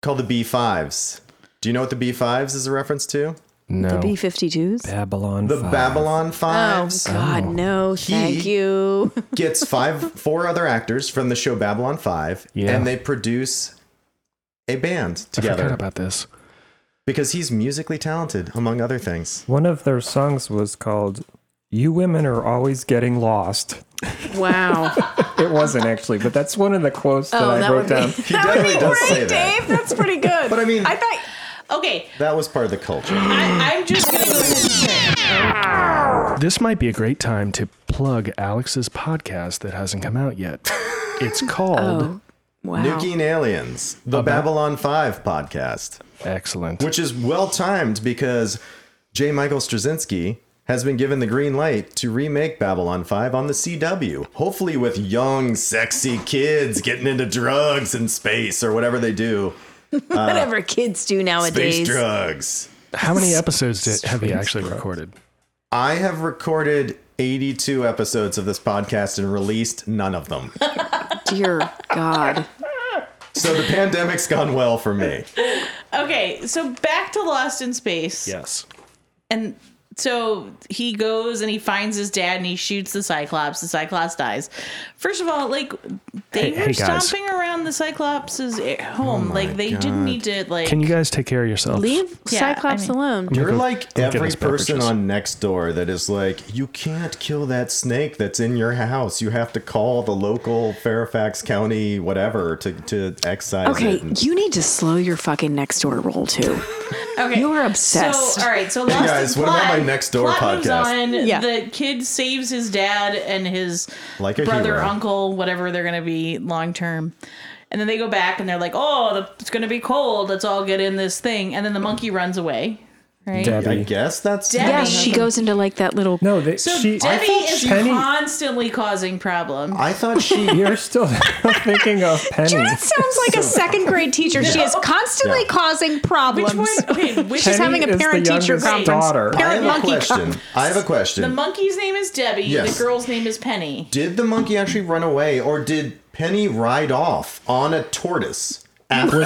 B: called the B5s. Do you know what the B5s is a reference to?
A: No.
C: B 52s?
E: Babylon.
B: The Babylon
C: Oh,
B: Fives.
C: God, no. Thank
B: He-
C: you.
B: gets five, four other actors from the show Babylon Five,
A: Yeah.
B: and they produce a band
A: I forgot
B: together
A: about this.
B: because he's musically talented, among other things.
E: One of their songs was called "You Women Are Always Getting Lost."
C: Wow.
E: It wasn't actually, but that's one of the quotes that
C: Oh,
E: I
C: that
E: wrote
C: would be-
E: down.
B: He definitely does say that.
D: Dave, that's pretty good.
B: But I mean,
D: I thought
F: Okay,
B: that was part of the culture.
F: I, I'm just gonna go ahead and say
A: This might be a great time to plug Alex's podcast that hasn't come out yet. It's called
C: Oh, wow.
B: Nuking Aliens, the Babylon Five podcast,
A: Excellent.
B: which is well timed because J. Michael Straczynski has been given the green light to remake Babylon 5 on the CW. Hopefully, with young, sexy kids getting into drugs in space or whatever they do.
C: Whatever kids do
B: Space
C: nowadays.
B: drugs.
A: How many episodes did, have you actually recorded?
B: I have recorded 82 episodes of this podcast and released none of them.
C: Dear God.
B: So the pandemic's gone well for me.
F: Okay, so back to Lost in Space.
A: Yes.
F: And so he goes and he finds his dad and he shoots the Cyclops. The Cyclops dies. First of all, like they
A: Hey-
F: were
A: hey, guys. Oh
F: stomping around the Cyclops's a- home. like they didn't need to like.
A: Can you guys take care of yourselves?
C: Leave
F: Yeah,
C: Cyclops
F: I mean-
C: alone.
B: You're
A: go-
B: like
A: go get
B: every
A: us
B: person
A: beverages.
B: on Nextdoor that is like, you can't kill that snake that's in your house. You have to call the local Fairfax County whatever to, to excise
C: Okay,
B: it. And-
C: you need to slow your fucking next door roll too.
F: Okay.
C: You're obsessed.
F: So, all right. So, Lost in
B: guys, what about my
F: Plot-
B: next door
F: Plot moves
B: podcast?
F: on.
C: Yeah.
F: The kid saves his dad and his
B: Like a
F: brother,
B: hero.
F: uncle, whatever they're going to be long term. And then they go back and they're like, oh, the, it's going to be cold. Let's all get in this thing. And then the monkey runs away. Right?
B: I
E: Debbie.
B: guess that's
F: Debbie.
C: yeah, she goes into like that little.
E: No, they,
F: So
E: she.
F: Debbie is
E: Penny.
F: constantly causing problems.
B: I thought she
E: You're still thinking of Penny.
D: Judith sounds like a second grade teacher. She is constantly
B: Yeah.
D: causing problems.
F: which one? Okay, which
E: Penny
D: She's having
E: is
D: a
E: the
D: parent teacher
E: youngest
D: conference.
E: daughter.
B: I
D: Parent
B: have a
D: monkey
B: question. I have a
F: The
B: question.
F: monkey's name is Debbie.
B: Yes.
F: The girl's name is Penny.
B: Did the monkey actually run away, or did Penny ride off on a tortoise? After-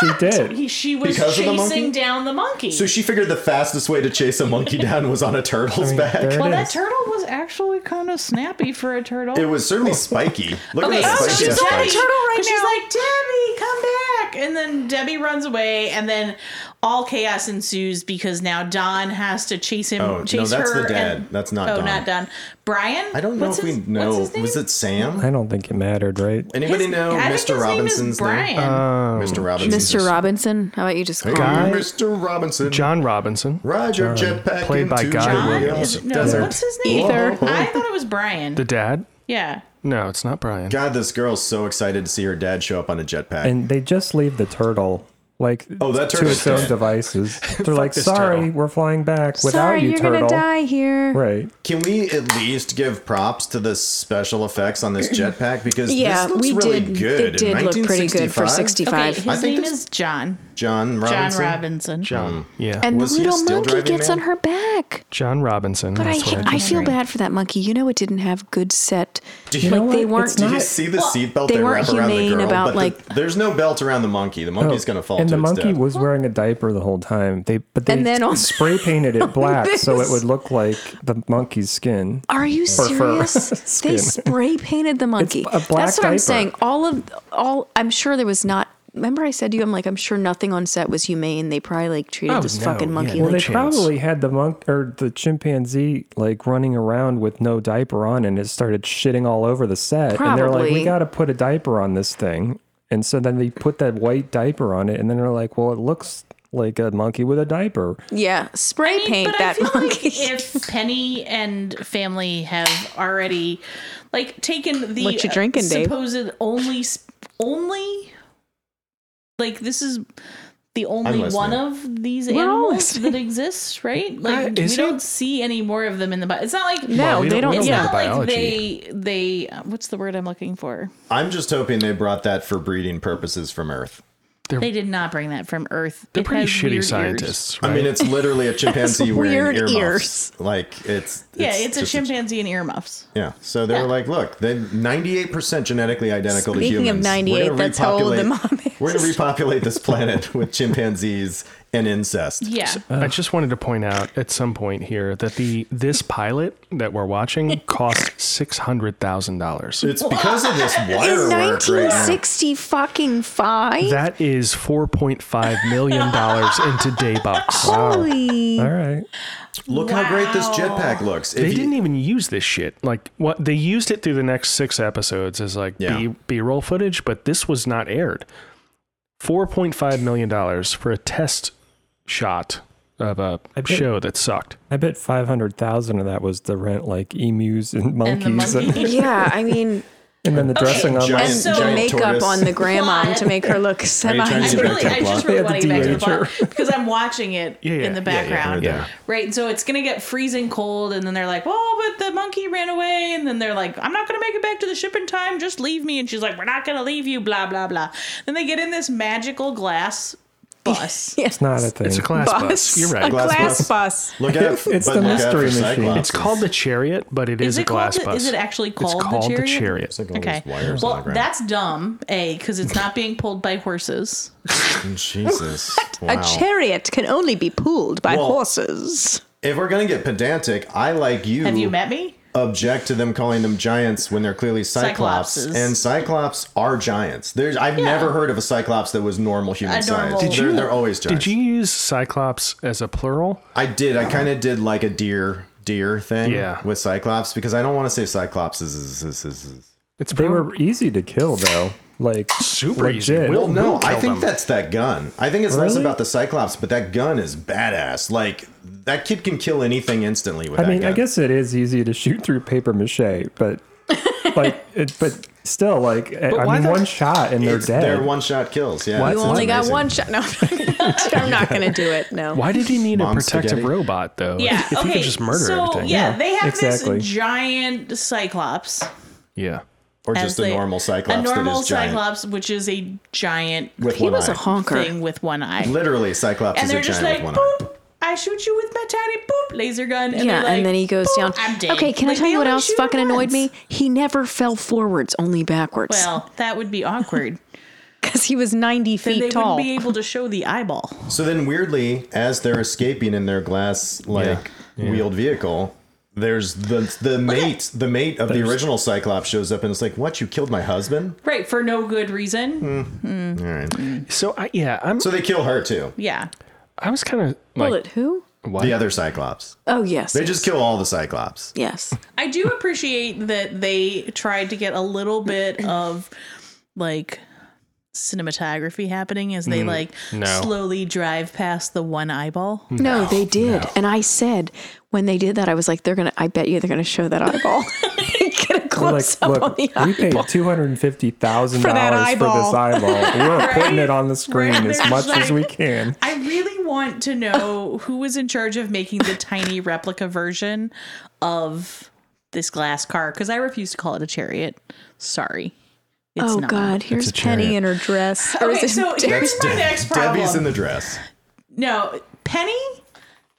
E: She did.
F: He, she was
B: Because of the
F: chasing
B: monkey?
F: down the monkey.
B: so she figured the fastest way to chase a monkey down was on a turtle's back.
E: there-
F: well,
E: It
F: that
E: is.
F: turtle was actually kind of snappy for a turtle.
B: It was certainly spiky. Look
F: Okay,
B: at
F: so
B: the
F: she's
B: spiky
F: Debbie,
B: spikes.
F: turtle right now. She's like, Debbie, come back. And then Debbie runs away, and then all chaos ensues because now Don has to chase him,
B: Oh, no,
F: chase
B: that's
F: her.
B: the dad.
F: and-
B: That's not
F: oh,
B: Don.
F: not Don. Brian?
B: I don't know
F: What's
B: if
F: his-
B: we know.
F: What's his name?
B: Was it Sam?
E: I don't think it mattered, right?
B: Anybody
F: His-
B: know
F: I think his name
B: Mr.
F: is
B: Robinson's
F: Brian.
B: name?
C: Um,
B: Mr. Robinson.
C: Mr. Robinson, how about you just call him?
A: Guy-
B: Mr. Robinson.
A: John Robinson,
B: Ride your jetpack
A: played
B: into
A: by Guy
B: the
F: Don?
A: Williams.
F: Is- no,
B: desert.
F: what's his name?
B: Ether.
F: I thought it was Brian.
A: the dad.
F: yeah.
A: No, it's not Brian.
B: God, this girl's so excited to see her dad show up on a jetpack.
E: And they just leave the turtle. Like
B: Oh, that
E: to
B: turtle's
E: its own
B: dead.
E: devices. They're like,
A: this
E: "Sorry,
A: turtle."
E: we're flying back without
C: Sorry,
E: you,
C: are
E: turtle."
C: gonna die here.
E: Right?
B: Can we at least give props to the special effects on this jetpack because
C: Yeah,
B: this looks
C: we
B: really
C: did.
B: good.
C: It
B: In
C: did look pretty good for
B: 1965,
C: 65.
F: Okay,
B: I
F: his
B: think
F: name
B: this-
F: is John.
B: John
F: John
B: Robinson.
F: Robinson.
A: John. Yeah.
C: And the
B: Was he a
C: little
B: still
C: monkey
B: driving
C: gets
B: man?
C: on her back.
A: John Robinson.
C: But I,
A: that's what
C: I,
A: just
C: feel
A: read.
C: bad for that monkey. You know, it didn't have good set.
B: Do you
C: like
B: know
C: they
E: what?
C: weren't.
E: It's
B: Did you
E: not-
B: see the seatbelt
C: they
B: they, wrap
C: weren't
B: around the
C: humane
B: girl?
C: about,
B: but the-
C: like-
B: there's no belt around the monkey. The monkey's gonna fall.
E: And
B: to
E: the
B: its
E: monkey
B: death.
E: was wearing a diaper the whole time. They but they
C: And then also-
E: spray painted it black so it
C: this-
E: would look like the monkey's skin.
C: Are you
E: fur.
C: serious? they
E: Skin.
C: spray painted the monkey.
E: a black
C: That's what I'm
E: diaper.
C: saying. All of all. I'm sure there was not. Remember, I said to you, I'm like, I'm sure nothing on set was humane. They probably like treated
A: Oh,
C: this
A: no.
C: fucking
A: Yeah,
C: monkey
A: no
E: Well,
C: like
E: they
A: chance.
E: probably had the monk or the chimpanzee like running around with no diaper on, and it started shitting all over the set. And they're like,
C: Probably.
E: "We got to put a diaper on this thing." And so then they put that white diaper on it, and then they're like, "Well, it looks like a monkey with a diaper."
C: yeah, spray
F: I mean,
C: paint
F: but I
C: that
F: feel
C: monkey.
F: Like if Penny and family have already like taken the
C: What you drinking,
F: uh,
C: Dave?
F: supposed only sp- only like this is the only one
B: listening.
F: of these
D: We're all
F: animals that exists, right? Like
A: is
F: we don't see any more of them in the bio. It's not like
D: No, Well, we they don't- don't
F: It's
D: know
F: not
A: the
F: like
A: biology.
F: they they. uh, What's the word I'm looking for?
B: I'm just hoping they brought that for breeding purposes from Earth.
A: They're-
F: They did not bring that from Earth.
A: They're
F: It
A: pretty
F: has weird
A: shitty
F: ears.
A: scientists.
B: I mean,
A: right?
B: it's literally a chimpanzee wearing
C: weird
B: earmuffs.
C: ears.
B: Like it's,
F: Yeah, it's, a
B: just
F: chimpanzee and earmuffs.
B: Yeah. So they were like, look, they're 98% genetically identical to
C: Speaking of
B: humans. We're
C: 98,
B: gonna
C: that's how old the
B: repopulate-
C: mom is.
B: We're going to repopulate this planet with chimpanzees and incest.
F: Yeah,
A: I just wanted to point out at some point here that the this pilot that we're watching cost six hundred thousand dollars.
B: It's because of this wire
C: In
B: work right now.
C: 1960 fucking five.
A: That is four point five million dollars in today bucks.
C: Holy.
E: All right.
B: Look how great this jetpack looks. If
A: They
B: you-
A: didn't even use this shit. Like what they used it through the next six episodes as like
B: Yeah.
A: B B roll footage, but this was not aired. Four point five million dollars for a test shot of a
E: I bet-
A: show that sucked.
E: I bet 500,000 of that was to rent like emus and
F: and
E: monkeys
F: the
E: and,
F: monkey.
C: Yeah, I mean,
E: and then the dressing on
B: Giant-
E: my
C: and the
B: giant
C: makeup
B: tortoise.
C: on the grandma to make her look
B: you trying
C: semi.
B: to get back
F: I really,
B: to the
F: I
B: plot.
F: just really
E: Yeah, the
F: want to get back to the
E: DHR.
F: plot because I'm watching it
A: Yeah, yeah.
F: in the
A: Yeah,
B: yeah,
F: background.
B: yeah.
F: Right. And so it's going to get freezing cold. And then they're like, oh, but the monkey ran away. And then they're like, I'm not going to make it back to the ship in time. Just leave me. And she's like, we're not going to leave you, blah, blah, blah. Then they get in this magical glass bus.
E: It's not a thing.
A: It's a class bus. You're right.
D: A
B: Glass
D: glass,
B: bus.
D: bus.
B: Look out,
E: It's- it's
B: but
E: the
B: look out
E: mystery
B: for
E: machine.
B: Cyclopses.
A: It's called the chariot, but it is,
F: Is
A: a
F: it
A: glass
F: called the-
A: bus.
F: is it actually
A: it's
F: called the
A: called the
F: chariot?
A: chariot?
B: It's like all
F: Okay.
B: these wires on
F: Well,
B: the ground.
F: that's dumb, A, because it's not being pulled by horses.
B: Jesus. Wow.
C: A chariot can only be pulled by
B: Well,
C: horses.
B: if we're gonna get pedantic, I like you.
F: Have you met me?
B: object to them calling them giants when they're clearly cyclops.
F: Cyclopses.
B: And cyclops are giants. There's I've never heard of a cyclops that was normal human
F: A normal-
B: size.
F: Did
B: they're,
F: you-
B: they're always giants.
A: Did you use Cyclops as a plural?
B: I did. I kind of did like a deer deer thing
A: Yeah.
B: with cyclops because I don't want to say cyclops is, is, is, is, is.
A: It's
E: They were easy to kill though. Like
A: super
E: legit.
A: easy. Will,
B: Well, no,
A: Will
B: I
A: killed
B: think
A: him.
B: that's that gun. I think it's less
E: Really?
B: about the cyclops, but that gun is badass. Like that kid can kill anything instantly with
E: I
B: that
E: mean,
B: gun.
E: I guess it is easy to shoot through paper mache, but like it, but still like I- I
A: why
E: mean
A: the-
E: one shot and they're
B: It's-
E: dead.
B: they're one shot kills. Yeah,
A: Why-
B: it's
A: You
C: Only got
B: amazing.
C: one shot. No, I'm not going to do it. No.
A: Why did he need a
B: Mom's
A: protective
B: spaghetti?
A: robot though?
F: Yeah.
A: If
F: okay.
A: he could just murder
F: so,
A: everything.
F: Yeah,
E: Yeah,
F: they have
E: exactly.
F: this giant cyclops.
A: Yeah.
B: or just
F: as
B: a
F: they-
B: normal cyclops.
F: A normal
B: that is giant
F: cyclops, which is a giant
B: with
C: He
B: one
C: was
B: eye.
C: a honker.
F: thing with one eye.
B: Literally, Cyclops
F: and
B: is a
F: they're
B: giant
F: just like,
B: with one eye.
F: boop, I shoot you with my tiny boop laser gun. And
C: yeah,
F: they're like,
C: and then he goes
F: boop,
C: down.
F: I'm dead.
C: Okay, can
F: Like,
C: I tell
F: they
C: you what
F: only
C: else
F: shoot
C: fucking annoyed
F: once.
C: me? He never fell forwards, only backwards.
F: Well, that would be awkward.
C: because he was 90
F: then they
C: feet tall.
F: wouldn't be able to show the eyeball.
B: So then, weirdly, as they're escaping in their glass like wheeled vehicle, there's the the mate the mate of the original Cyclops shows up and it's like, "What? You killed my husband?"
F: Right, for no good reason.
B: Mm. All right.
A: So I yeah, I'm
B: So they kill her too.
F: Yeah.
A: I was kind of like
C: Bullet who?
A: what?
B: The other Cyclops.
C: Oh, yes.
B: They just kill all the Cyclops.
C: yes.
F: I do appreciate that they tried to get a little bit of like cinematography happening as they like
A: Mm, no.
F: slowly drive past the one eyeball.
C: No, they did. And I said when they did that, I was like, they're going to, I bet you they're going to show that eyeball. Get a
E: They're
C: close
E: like,
C: up on
E: look,
C: the
E: we
C: eye.
E: paid two hundred and fifty thousand
D: For that
E: dollars for this
D: eyeball."
E: eyeball. We're putting it on the screen
F: Right.
E: as
F: They're
E: much
F: just
E: as we
F: like-
E: can.
F: I really want to know who was in charge of making the tiny replica version of this glass car because I refuse to call it a chariot. Sorry. It's
C: Oh,
F: not.
C: God. Here's
A: a
C: Penny
A: chariot.
C: in her dress. Or
F: Okay,
C: is it
F: so here's my next problem.
B: Debbie's in the dress.
F: no, Penny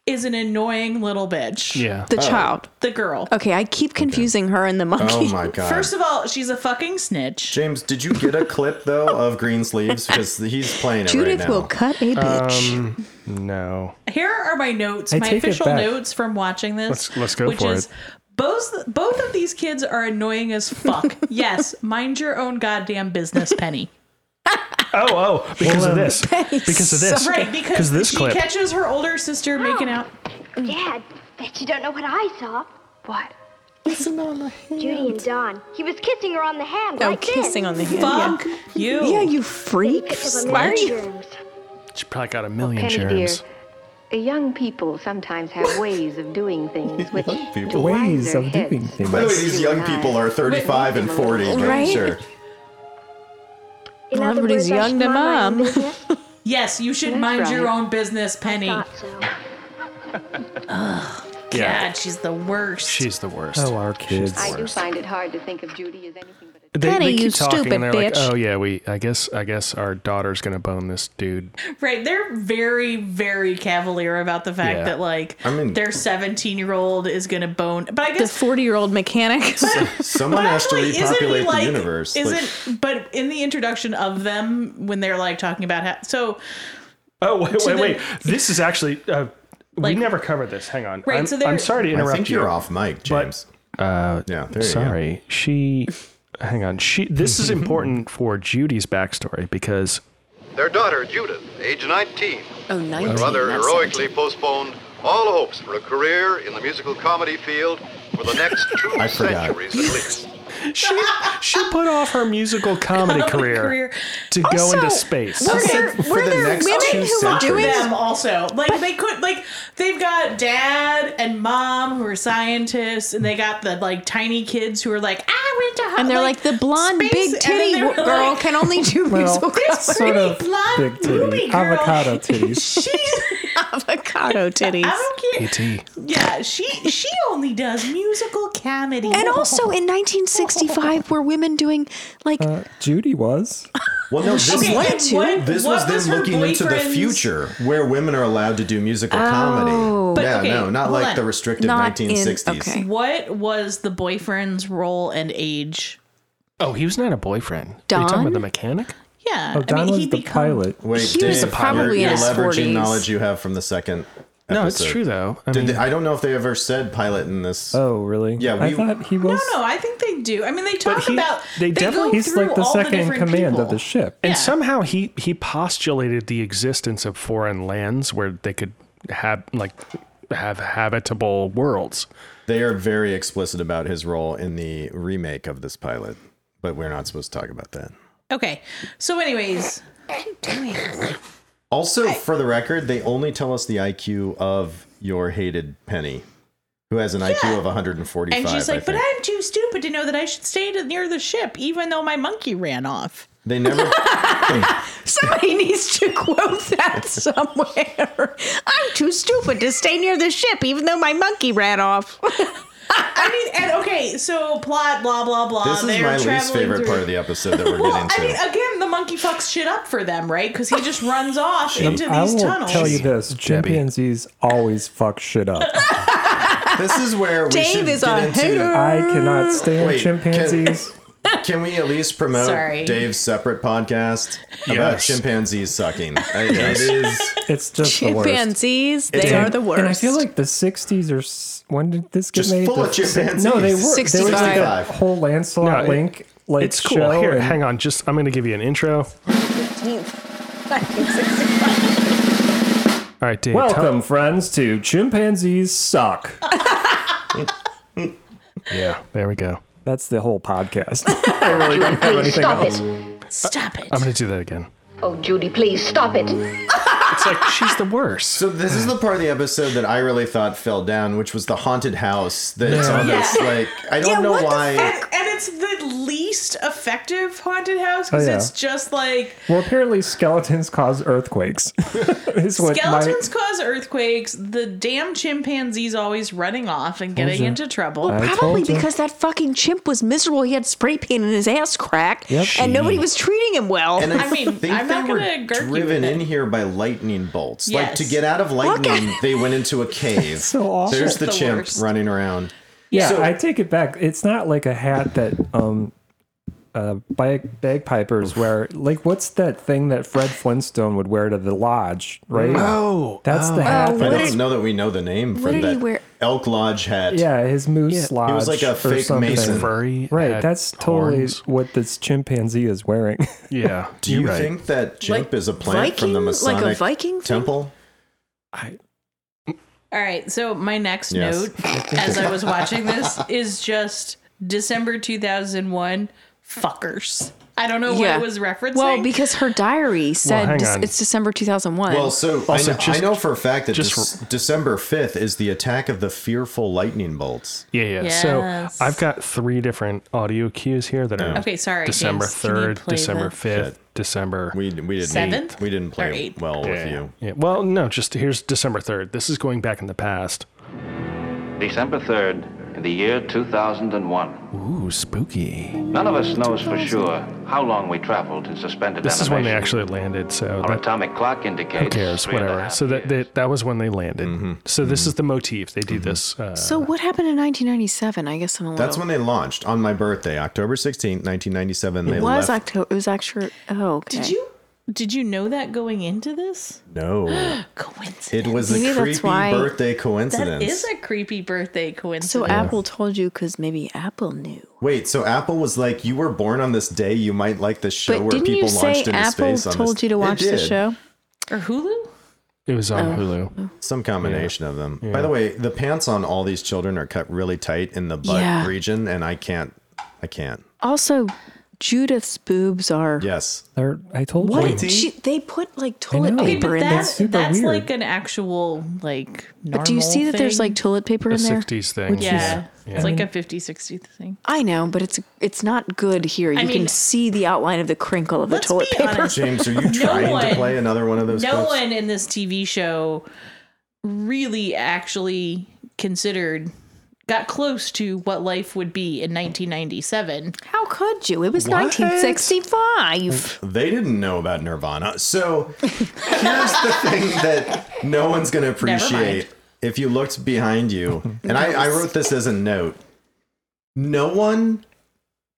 F: is an annoying little bitch.
A: yeah.
C: the child?
F: The girl.
C: Oh. Okay, I keep confusing her and the monkey.
B: Oh my god.
F: First of all, she's a fucking snitch.
B: James, did you get a clip though of Green Sleeves because he's playing it
C: Judith
B: right now? Um,
C: will cut a bitch.
A: no.
F: Here are my notes,
E: I
F: my
E: take it
F: official
E: back.
F: notes from watching this.
A: Let's- let's go
F: which
A: for
F: is
A: it.
F: both both of these kids are annoying as fuck. yes, mind your own goddamn business, Penny.
A: Oh, oh, because of this. Because of this.
F: right, because
A: this
F: she
A: clip.
F: catches her older sister making out.
K: Dad, bet you don't know what I saw. What? Kissing on the hand. Judy and Don. He was kissing her on the hand
C: Oh,
K: like
C: kissing
K: this.
C: on the hand.
F: Fuck you.
C: Yeah, you freak. Why are you?
A: She probably got a million germs.
K: Young people sometimes have ways of doing things which
B: people.
E: Ways of doing
B: By the way,
E: things.
B: these young people are 35 and 40. but
C: Right?
B: Sure.
C: Well, everybody's young to mom.
F: Yes, you should
K: That's
F: mind your
K: right.
F: own business, Penny.
K: Thought so.
A: Yeah.
F: God, she's the worst.
A: She's the worst.
E: Oh, our
A: She's the
E: kids.
K: I do
A: worst.
K: find it hard to think of Judy as anything but
A: They,
D: Penny,
A: they keep
D: you
A: talking
D: stupid
A: and they're like,
D: bitch.
A: "Oh yeah, we. I guess. I guess our daughter's gonna bone this dude."
F: Right. They're very, very cavalier about the fact
A: Yeah.
F: that like
B: I mean-
F: their seventeen year old is gonna bone but I
D: The
F: guess
D: 40 year old mechanic.
B: Someone has to
F: actually, isn't he
B: repopulate
F: like
B: the universe. like-
F: isn't but in the introduction of them when they're like talking about how so
A: Oh wait, wait,
F: the-
A: wait! This is actually uh,
F: Like-
A: we never covered this. Hang on.
F: Right,
A: I'm,
F: so they're-
A: I'm sorry to interrupt
B: I think
A: you.
B: you're off mic, James.
A: Uh,
B: yeah, there you go.
A: sorry. She. Hang on. She. This is important for Judy's backstory because
G: Their daughter, Judith, age 19,
C: Oh, 19.
G: was rather
C: not
G: heroically postponed all hopes for a career in the musical comedy field for the next two
B: I forgot.
G: centuries at least.
A: she she put off her musical comedy career,
F: career.
A: to go
D: Also,
A: into space.
D: Were there,
B: For
D: were
B: the
D: there
B: next two
D: women who were doing
B: centuries.
F: them also like they could like they've got dad and mom who are scientists and they got the like tiny kids who are like "Ah, I went to
D: And they're like, the blonde
F: space,"
D: big
F: and
D: titty
F: they were
D: w- girl
F: like,
D: can only do musical
F: this
D: comedy.
E: sort
F: pretty
E: of
F: blonde
E: big titty,
F: booby girl.
E: avocado titties.
F: she's
D: avocado titties.
F: I don't
E: E
F: care.
A: T.
F: Yeah, she she only does musical comedy.
C: And also in 1965, were women doing like
E: Uh, Judy was.
B: Well, no, this,
F: Okay,
C: wanted
F: and
C: to.
F: what-
B: this
F: what
B: was them
F: her
B: looking into the
F: boyfriend's-
B: future where women are allowed to do musical comedy.
F: But,
B: yeah,
F: okay,
B: no, not
F: hold
B: like
F: on.
B: the restrictive
C: Not in-
B: 1960s.
C: okay.
F: What was the boyfriend's role and age?
A: Oh, he was not a boyfriend. Are you talking
C: Don?
A: about the mechanic?
F: Yeah,
E: Oh, Don
F: I mean,
E: was
F: he
E: the
F: become-
E: pilot.
B: Wait,
C: He was
B: Dave,
C: probably
B: you're,
C: in
B: you're
C: his
B: leveraging
C: 40s.
B: knowledge you have from the second.
A: No, it's
B: episode.
A: true though. I
B: Did
A: mean,
B: they, I don't know if they ever said pilot in this.
E: Oh, really?
B: Yeah,
E: I
B: we-
E: thought he
F: No,
E: was.
F: no, I think they do. I mean, they talk
A: he-
F: about
A: they
F: go
A: definitely-
E: He's
F: through
E: like the
F: all
E: second in
F: different
E: command
F: people.
E: of the ship.
A: and
F: yeah.
A: somehow he he postulated the existence of foreign lands where they could have like have habitable worlds.
B: They are very explicit about his role in the remake of this pilot, but we're not supposed to talk about that.
F: Okay, so anyways,
B: Also, for the record, they only tell us the IQ of your hated Penny, who has an IQ of 145.
F: and she's
B: I
F: like, "But
B: think.
F: I'm too stupid to know that I should stay to, near the ship, even though my monkey ran off."
B: They never.
D: Somebody needs to quote that somewhere. I'm too stupid to stay near the ship, even though my monkey ran off.
F: I mean, and okay, so plot, blah blah blah.
B: this is
F: They're
B: my least
F: Oh, traveling
B: favorite
F: through-
B: part of the episode that we're
F: Well,
B: getting
F: I
B: to.
F: mean, again, the monkey fucks shit up for them, right? Because he just runs off into
E: I
F: these
E: will
F: tunnels.
E: tell you this: chimpanzees always fuck shit up.
F: uh,
B: this is where we
D: Dave
B: should
D: is
B: get
D: a
B: into.
D: hater.
E: I cannot stand
B: Wait, can-
E: chimpanzees.
B: Can we at least promote
F: Sorry.
B: Dave's separate podcast about
A: Yes.
B: chimpanzees sucking? I, It is.
E: It's just the worst.
D: Chimpanzees, they
B: Damn.
D: are the worst.
E: And I feel like the 60s or s- when did this get
B: Just
E: made?
B: full
E: The
B: of chimpanzees.
E: No, they were. There was like a
B: 65.
E: whole Lancelot
A: No, it-
E: Link like
A: it's cool.
E: show.
A: Here,
E: and-
A: hang on. Just I'm going to give you an intro. All right, Dave. tell-
E: Welcome, friends, to Chimpanzees Suck.
A: yeah, there we go.
E: That's the whole podcast. I really don't have anything
K: Stop
E: else.
K: it. Stop it.
A: I'm going to do that again.
K: Oh, Judy, please stop it.
A: It's like she's the worst.
B: So this is the part of the episode that I really thought fell down, which was the haunted house that's on this. Like I don't know
F: what the
B: why.
F: fuck? And it's the least effective haunted house because
E: Oh, yeah.
F: it's just like
E: Well, apparently skeletons cause earthquakes. is what my-
F: skeletons cause earthquakes. The damn chimpanzees always running off and getting
E: you.
F: into trouble.
E: I
C: Probably
E: told you.
C: because that fucking chimp was miserable. He had spray paint in his ass crack, and nobody was treating him well.
B: And
F: I mean,
B: think
F: I'm
B: they
F: not
B: were
F: gonna girk you
B: driven
F: with it.
B: in here by lightning bolts. Like
F: Yes.
B: to get out of lightning,
C: at-
B: they went into a cave.
E: so awful.
B: There's the,
F: the
B: chimp
F: worst.
B: running around.
E: Yeah,
B: So-
E: I take it back. It's not like a hat that um uh bag, bagpipers wear. Like what's that thing that Fred Flintstone would wear to the lodge, right?
A: Oh,
E: That's the hat.
B: I
E: that-
B: don't know that we know the name for
C: what did he
B: that
C: wear?
B: elk lodge hat.
E: yeah, his moose lodge.
B: He was like a
E: or
B: fake
E: something.
B: mason.
A: furry.
E: Right,
A: had
E: that's totally
A: horns.
E: what this chimpanzee is wearing.
A: Yeah.
B: Do you
A: you're right.
B: think that chimp
C: Like
B: is a plant from the
C: Viking- like
B: Masonic
C: a Viking thing?
B: temple?
F: All right, so my next
B: Yes.
F: note as I was watching this is just December 2001 fuckers. I don't know
C: Yeah.
F: what it was referencing.
C: Well, because her diary said
A: hang
C: Dec-
A: on.
C: it's December 2001.
B: Well, so
A: Also,
B: I, know, I
A: just-
B: know for a fact that
A: just-
B: Dec- December 5th is the attack of the fearful lightning bolts.
A: Yeah, yeah.
F: Yes.
A: So I've got three different audio cues here that are
F: Okay, sorry,
A: December
F: James, can you
A: third,
F: play
A: December
F: the-
A: fifth, December.
B: We we didn't
F: Seventh
B: we didn't
F: or
B: play
F: eighth?
B: well with you.
A: Yeah. Well, no, just here's December 3rd. This is going back in the past.
I: December 3rd, in the year 2001.
A: Ooh, spooky.
I: None of us knows for sure how long we traveled in suspended
A: This is when they
I: animation.
A: actually landed, so
I: Our
A: that,
I: atomic clock
A: who
I: indicates.
A: cares?
I: three and a
A: Whatever.
I: half
A: So that, that that was when they landed. So this is the motif. They do this. Uh,
C: So what happened in 1997? I guess I'm a little.
B: That's when they launched on my birthday, October 16th, 1997. they
C: it was
B: left.
C: October. It was actually. Oh, okay.
F: Did you did you know that going into this?
B: no.
F: Coincidence.
B: It was
C: Maybe
B: a
C: that's
B: creepy
C: why-
B: birthday
F: That
B: coincidence.
F: is a creepy birthday coincidence.
C: So Apple told you because maybe Apple knew.
B: Wait, so Apple was like, you were born on this day. You might like the show
C: but
B: where
C: didn't you
B: people
C: say
B: launched into
C: Apple
B: space on
C: told
B: this.
C: you to
B: It
C: watch the
B: did.
C: show?
F: or Hulu?
A: it was
E: uh,
A: on Hulu.
B: Some combination of them. By the way, the pants on all these children are cut really tight in the butt
C: Yeah.
B: region, and I can't. I can't.
C: Also, Judith's boobs are.
B: Yes.
E: They're, I told
C: What?
E: you.
B: Pointy?
C: She, they put like toilet
E: know.
F: Okay,
E: Okay,
C: paper
F: but
C: in
F: that,
C: there.
E: that's super
F: that's
E: weird.
F: like an actual like normal
C: But do you see that there's
F: thing.
C: like toilet paper
A: The
C: in there?
A: 60s thing.
F: yeah,
A: Yeah.
F: it's like a 50 60 thing.
C: I know, but it's it's not good here. You
F: mean-
C: can see the outline of the crinkle of the
F: Let's
C: toilet
F: be
C: paper.
F: honest.
B: James, are you trying to
F: one-
B: play another one of those?
F: no
B: clips?
F: one in this TV show really actually considered got close to what life would be in 1997.
C: How could you? It was
B: What?
C: 1965.
B: They didn't know about Nirvana. So here's the thing that no one's going to appreciate if you looked behind you. And I, I wrote this as a note. No one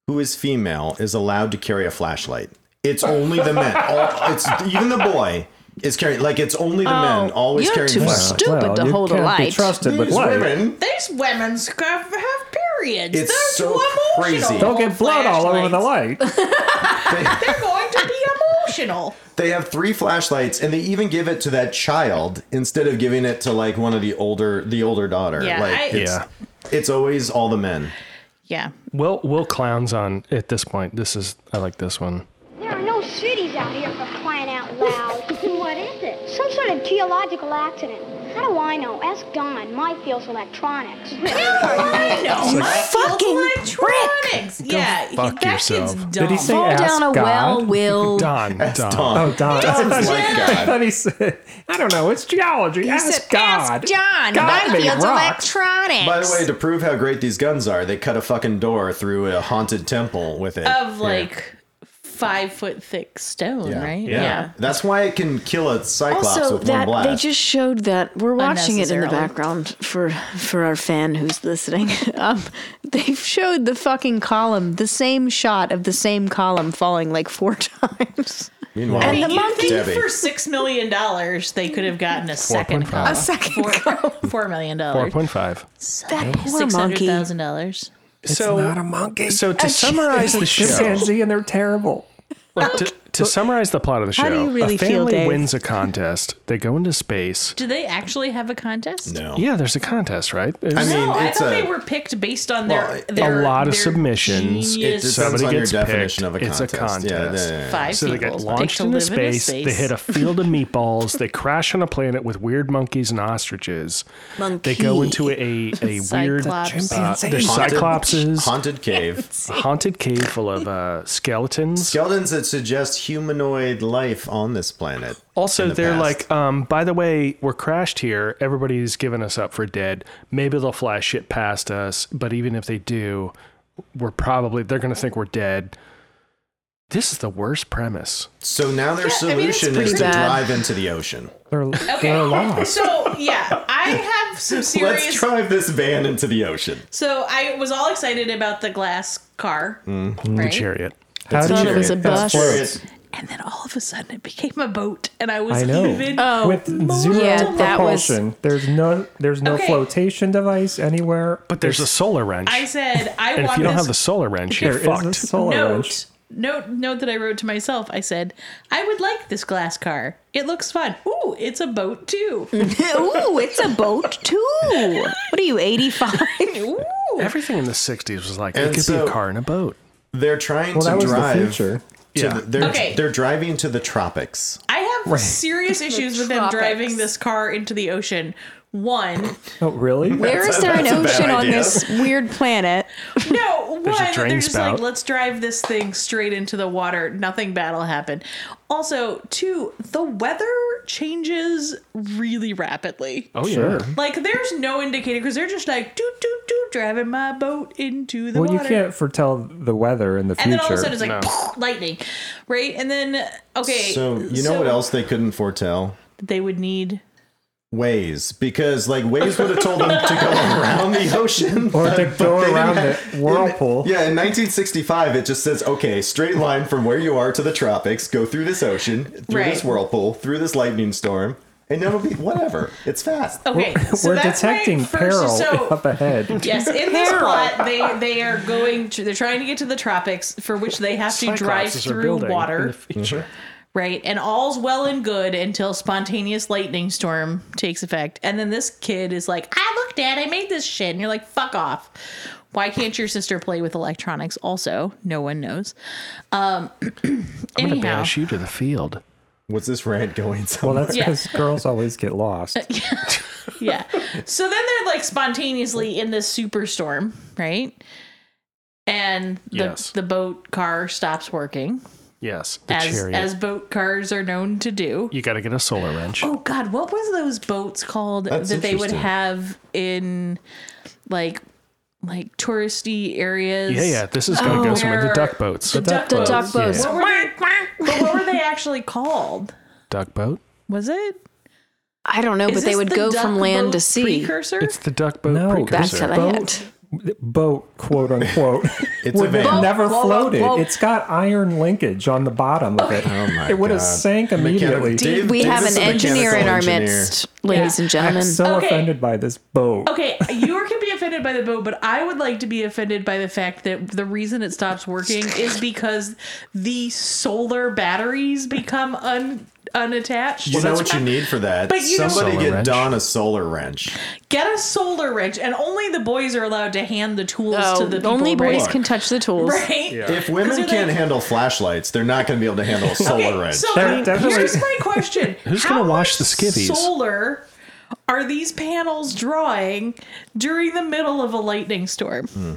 B: who is female is allowed to carry a flashlight. It's only the men. All, it's even the boy is carrying. Like it's only the men always
C: You're
B: carrying
C: too
B: flashlights.
C: stupid
E: Uh, Well,
C: to
E: you
C: hold a
E: can't be
C: light.
E: trusted with
B: These
E: light.
B: women.
F: These women's have, have periods.
B: It's so crazy.
E: Don't get blood all over the light.
F: They're going to be emotional.
B: They have three flashlights, and they even give it to that child instead of giving it to like one of the older the older daughter.
F: Yeah,
B: like
F: I-
B: it's,
A: Yeah.
B: it's always all the men.
F: Yeah.
A: Well, Will Clown's on at this point. This is, I like this one.
K: There are no cities out here for crying out loud. what is it? Some sort of geological accident. How do I know? Ask Don. My field's electronics.
F: I know.
C: fucking
F: electronics. Yeah, he-
A: fuck
F: that
A: yourself.
F: kid's dumb.
E: Did he say
C: Fall
E: ask
C: down a
E: God?
C: well will.
A: Don. Don.
B: Tom.
E: Oh, Don. I thought-
B: like
E: I
B: God.
E: thought he said, I don't know, it's geology. ask
C: said,
E: God.
C: Ask John.
E: God
C: My
E: made
C: field's
E: rocks.
C: electronics.
B: By the way, to prove how great these guns are, they cut a fucking door through a haunted temple with it.
F: of like five foot thick stone, right?
B: That's why it can kill a cyclops
C: also,
B: with
C: that
B: one
C: they
B: blast.
C: just showed that we're watching it in the
F: Unnecessarily.
C: background for for our fan who's listening. um, they've showed the fucking column, the same shot of the same column falling like four times.
B: Meanwhile,
C: and the
F: You
C: monkey-
F: think
B: Debbie.
F: for six million dollars they could have gotten a second
A: 4.5.
F: car.
A: A
C: second
F: four, four million dollars.
A: 4.5.
C: That poor
F: Six hundred
C: monkey.
F: thousand dollars.
E: It's
A: So-
E: not a monkey.
A: So to summarize the show,
E: chimpanzee and they're terrible.
A: Well, to, to summarize the plot of the show,
C: How do you really
A: a
C: feel,
A: family
C: Dave?
A: wins a contest. They go into space.
F: Do they actually have a contest?
B: no.
A: Yeah, there's a contest, right?
B: I
A: There's-
B: mean,
F: No, I
B: it's
F: thought
B: a-
F: they were picked based on
B: Well,
F: their,
B: it-
F: their
A: a lot of
F: their
A: submissions.
F: genius
B: It depends
A: Somebody
B: on your
A: gets
B: definition
A: picked.
B: of a
A: It's a
B: contest. Yeah,
A: contest.
B: yeah, yeah, yeah.
F: five
A: so they
F: people.
A: get
F: picked
A: launched
F: to
A: into
F: live in a
A: space. They hit a field of meatballs. they crash on a planet with weird monkeys and ostriches.
C: Monkey.
A: They go into a a weird
F: Cyclops.
A: uh, there's
B: Haunted-
A: cyclopses,
B: Haunted cave.
A: a haunted cave full of uh, skeletons.
B: Skeletons that suggest humanoid life on this planet.
A: Also,
B: in the
A: they're
B: past.
A: like, um, by the way, we're crashed here. Everybody's given us up for dead. Maybe they'll fly shit past us, but even if they do, we're probably they're gonna think we're dead. This is the worst premise.
B: So now their
F: I mean, it's
B: solution is
F: pretty
B: to
C: bad.
B: drive into the ocean.
E: They're, they're
F: Okay.
E: lost.
F: So yeah, I have some
B: Let's
F: serious.
B: drive this van into the ocean.
F: So I was all excited about the glass car,
A: Mm-hmm. The
F: right?
A: chariot.
E: How
C: thought it was a bus.
E: That's floats.
F: And then all of a sudden it became a boat, and I was
E: I know.
F: even
E: With zero
C: yeah, that was-
E: propulsion. There's no there's no
F: Okay.
E: flotation device anywhere.
A: But there's a solar wrench.
F: I said, I
A: and if
F: want
A: you don't have the
F: this
A: solar wrench, you're
E: there is a
A: fucked.
E: solar
F: note.
E: wrench.
F: Note, note that I wrote to myself. I said, I would like this glass car. It looks fun. Ooh, it's a boat too.
C: Ooh, it's a boat too. What are you, 85?
F: Ooh.
A: Everything in the '60s was like
B: And
A: it could
B: so-
A: be a car and a boat.
B: They're trying
E: Well, that
B: to
E: was
B: drive.
E: the future.
B: To
A: Yeah.
B: the, they're,
F: Okay.
B: they're driving to the tropics.
F: I have serious issues with them
C: tropics.
F: driving this car into the ocean One,
E: Oh, really?
D: Where is there an ocean on this weird planet?
F: No, one.
A: There's a
F: They're
A: drain
F: just
A: spout.
F: like, let's drive this thing straight into the water. Nothing bad will happen. Also, two, the weather changes really rapidly.
A: Oh,
E: Sure.
A: yeah.
F: Like, there's no indicator because they're just like, doot, doot, doot, driving my boat into the
E: Well, you
F: water.
E: can't foretell the weather in the
F: and
E: future.
F: then all of a sudden it's like, lightning. Right? And then, okay.
B: So you know what else they couldn't foretell?
F: They would need.
B: Ways, because like waves would have told them to go around the ocean
E: or to
B: but
E: go
B: they didn't
E: around the
B: have-
E: whirlpool.
B: Yeah, in 1965, it just says, okay, straight line from where you are to the tropics, go through this ocean, through this
F: Right.
B: whirlpool, through this lightning storm, and that'll be whatever. It's fast.
F: Okay. so
E: We're
F: that's my
E: detecting
F: first-
E: peril
F: so-
E: up ahead.
F: Yes, in this plot, they they are going to they're trying to get to the tropics, for which they have to drive
A: Cyclopses are
F: through
A: building in
F: water,
A: the future.
F: right? And all's well and good until spontaneous lightning storm takes effect, and then this kid is like, "I looked at, I made this shit," and you're like, "Fuck off." Why can't your sister play with electronics? Also, no one knows. Um,
A: I'm gonna
F: anyhow,
A: banish you to the field.
B: What's this rant going
E: Well,
B: somewhere?
E: that's
F: Yeah.
E: because girls always get lost.
F: yeah. So then they're like spontaneously in this superstorm, right? And the
A: Yes.
F: the boat car stops working.
A: Yes, the
F: as
A: chariot.
F: as boat cars are known to do.
A: you got to get a solar wrench.
F: Oh God, what was those boats called
B: That's
F: that they would
B: interesting.
F: have in like like touristy areas?
A: Yeah, yeah. This is going to go somewhere. The
F: Where-
A: duck boats.
F: Oh. The duck,
C: The duck boats.
F: boats. What were they, but what were they actually called?
A: duck boat.
F: Was it?
C: I don't know,
F: Is
C: but they
F: this
C: would
F: the
C: go
F: duck
C: from land to
F: boat
C: sea.
F: Precursor.
A: It's the duck boat
E: No,
C: Back
A: precursor.
C: to that.
E: Boat, boat, quote unquote.
B: It's a
E: would have
B: van.
E: never
C: Whoa, whoa,
E: floated.
C: whoa.
E: It's got iron linkage on the bottom of it.
B: Oh my
E: it would have
B: God.
E: sank immediately.
B: Mechanical- Dave-
C: we
B: Dave
C: have
B: is
C: an
B: a mechanical
C: engineer in our
B: engineer.
C: midst, ladies and
E: I'm
C: gentlemen.
E: so
F: Okay.
E: offended by this boat.
F: Okay, you can be offended by the boat, but I would like to be offended by the fact that the reason it stops working is because the solar batteries become un unattached.
B: You know
F: That's
B: what you
F: why-
B: need for that?
F: But you know-
B: Somebody
A: Solar
B: get
A: wrench.
B: Don a solar wrench.
F: Get a solar wrench, and only the boys are allowed to hand the tools to
C: Oh,
F: the people.
C: only boys
F: right?
C: can touch the tools.
F: Right?
B: If women
F: you're
B: can't
F: like-
B: handle flashlights, they're not going to be able to handle a solar
F: Okay,
B: wrench.
F: so
E: They're definitely-
F: here's my question:
A: Who's gonna
F: How
A: wash the
F: much
A: skivvies?
F: Solar. Are these panels drawing during the middle of a lightning storm?
A: Hmm.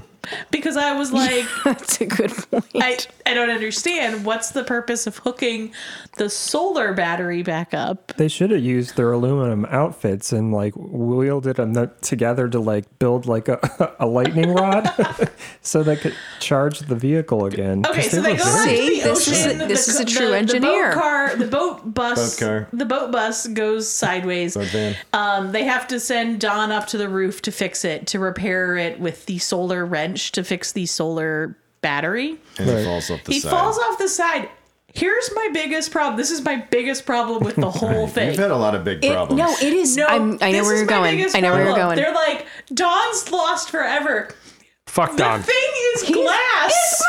F: Because I was like,
C: That's a good point.
F: I, I don't understand. What's the purpose of hooking the solar battery back up?
E: They should have used their aluminum outfits and like wielded them th- together to like build like a, a lightning rod so they could charge the vehicle again.
F: Okay,
E: 'Cause
F: so they
E: were
F: go
E: very-
F: out to
C: See,
F: the
C: this is a-
F: ocean.
C: this
F: the,
C: is a
F: co-
C: true
F: the-
C: engineer.
F: The boat car, the boat bus,
B: Boat car.
F: the boat bus goes sideways.
B: But then-
F: Um, they have to send Don up to the roof to fix it, to repair it with the solar wrench to fix the solar battery.
B: and he falls off the
F: he
B: side.
F: falls off the side. Here's my biggest problem. This is my biggest problem with the whole thing.
B: You've had a lot of big
C: It-
B: problems.
C: no, it is.
F: No,
C: I'm, I know
F: this
C: where
F: is
C: you're
F: my
C: going.
F: biggest
C: I know where you're going.
F: problem. They're like, Don's lost forever.
A: Fuck
F: The
A: Don.
F: thing is glass.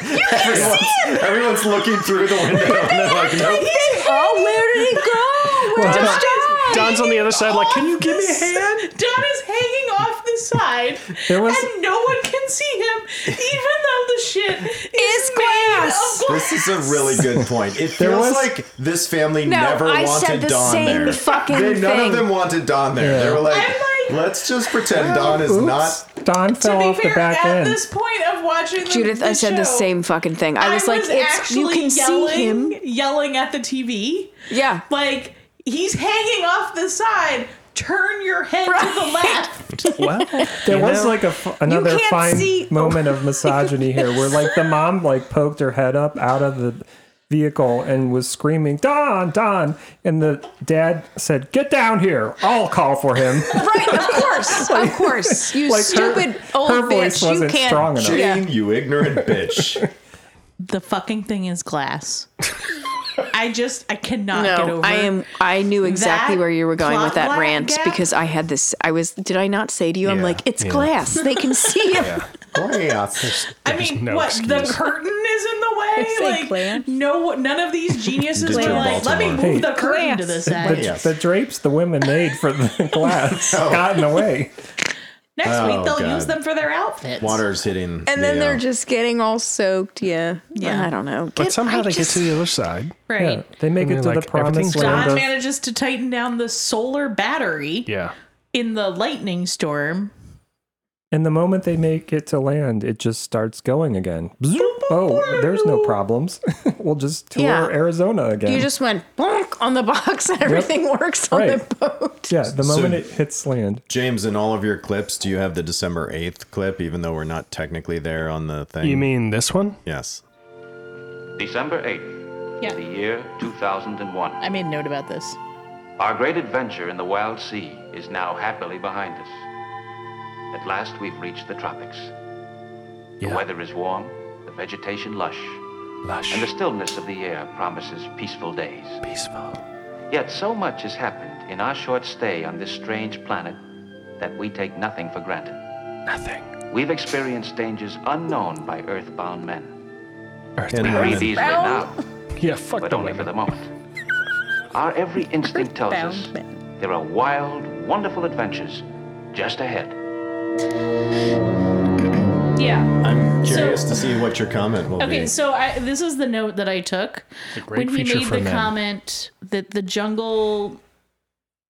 B: Everyone's looking through the window and they're like, nope.
C: oh, where did he go? Where
A: Don- Don's on the other side, like, can you give me a hand?
F: Don is hanging off the side,
E: There was-
F: and no one can see him, even though the shit is
C: Is
F: made of
C: glass.
F: glass.
B: This is a really good point. It
E: There
B: feels
E: was-
B: like this family
C: No,
B: never
C: I
B: wanted
C: said the
B: Don
C: same
B: there.
C: fucking
B: they, None
C: thing.
B: of them wanted Don there. They
E: Yeah.
B: were like,
F: I'm like-
B: let's just pretend Don is
E: Oops,
B: not.
E: Don
F: To
E: fell
F: be
E: off the
F: fair,
E: back
F: at
E: end.
F: this point of watching the,
C: Judith, I said the
F: show,
C: same fucking thing. I was like, it's you
F: actually
C: can
F: yelling,
C: see him.
F: yelling at the TV.
C: Yeah.
F: Like he's hanging off the side. Turn your head to the left.
A: Well,
E: There was like a f- another
C: can't
E: fine
C: see-
E: moment of misogyny here, where like the mom like poked her head up out of the vehicle and was screaming "Don, Don," and the dad said, "Get down here! I'll call for him."
C: Right, of course, of course. You
E: Like, her-
C: stupid old
E: her
C: bitch.
E: voice
C: you
E: wasn't
C: can't.
E: strong enough.
B: Jane,
C: Yeah.
B: you ignorant bitch.
F: The fucking thing is glass. I just I cannot get
C: No,
F: over.
C: I am. I knew exactly
F: that
C: where you were going with
F: plot
C: that
F: line
C: rant
F: gap.
C: because I had this. I was. Did I not say to you? I'm
A: Yeah,
C: like, it's
A: yeah.
C: glass. They can see him.
B: Glass.
F: I mean,
A: no
F: what the
A: excuse.
F: curtain is in the way?
D: It's like
F: like
D: glass.
F: no, none of these geniuses were
B: Digital
F: like, "Let me move
B: Baltimore.
F: the curtain to
D: glass.
F: this
E: The,
F: side."
B: Yes.
C: Oh.
E: the drapes the women made for the glass got in the way.
F: Next
B: Oh,
F: week they'll
B: God.
F: use them for their outfits.
B: Water's hitting.
D: And then
B: the,
D: they're
B: uh,
D: just getting all soaked. Yeah.
F: Yeah.
C: I don't know.
A: But
C: Get-
A: somehow
C: I
A: they
C: just-
A: get to the other side.
F: Right.
E: They make
A: And
E: it to
A: they're like,
E: the promised
A: everything's
E: land.
A: fine.
F: John
E: of-
F: manages to tighten down the solar battery
A: Yeah.
F: in the lightning storm.
E: and the moment they make it to land, it just starts going again. Bzoop. Oh, there's no problems. we'll just tour
D: Yeah.
E: Arizona again.
D: You just went bonk on the box and everything works on the
E: Right.
D: boat.
E: yeah, the moment
B: So-
E: it hits land.
B: James, in all of your clips, do you have the December 8th clip, even though we're not technically there on the thing?
A: You mean this one?
B: Yes.
H: December 8th, the
F: Yeah.
H: year 2001.
F: I made a note about this.
H: Our great adventure in the wild sea is now happily behind us. At last, we've reached the tropics. The weather is warm, the vegetation lush, and the stillness of the air promises peaceful days.
A: Peaceful.
H: Yet so much has happened in our short stay on this strange planet that we take nothing for granted.
A: Nothing.
H: We've experienced dangers unknown by earthbound men.
B: And
H: Breathe
B: women.
H: easily now,
A: Yeah, fuck
H: but
A: the
H: only for
A: women.
H: the moment. Our every instinct tells us
D: Earthbound men.
H: there are wild, wonderful adventures just ahead.
F: Yeah.
B: I'm curious to see what your comment will
F: Okay,
B: be.
F: so I, this is the note that I took
A: great
F: when he
A: feature
F: made
A: for
F: the
A: men.
F: comment that the jungle,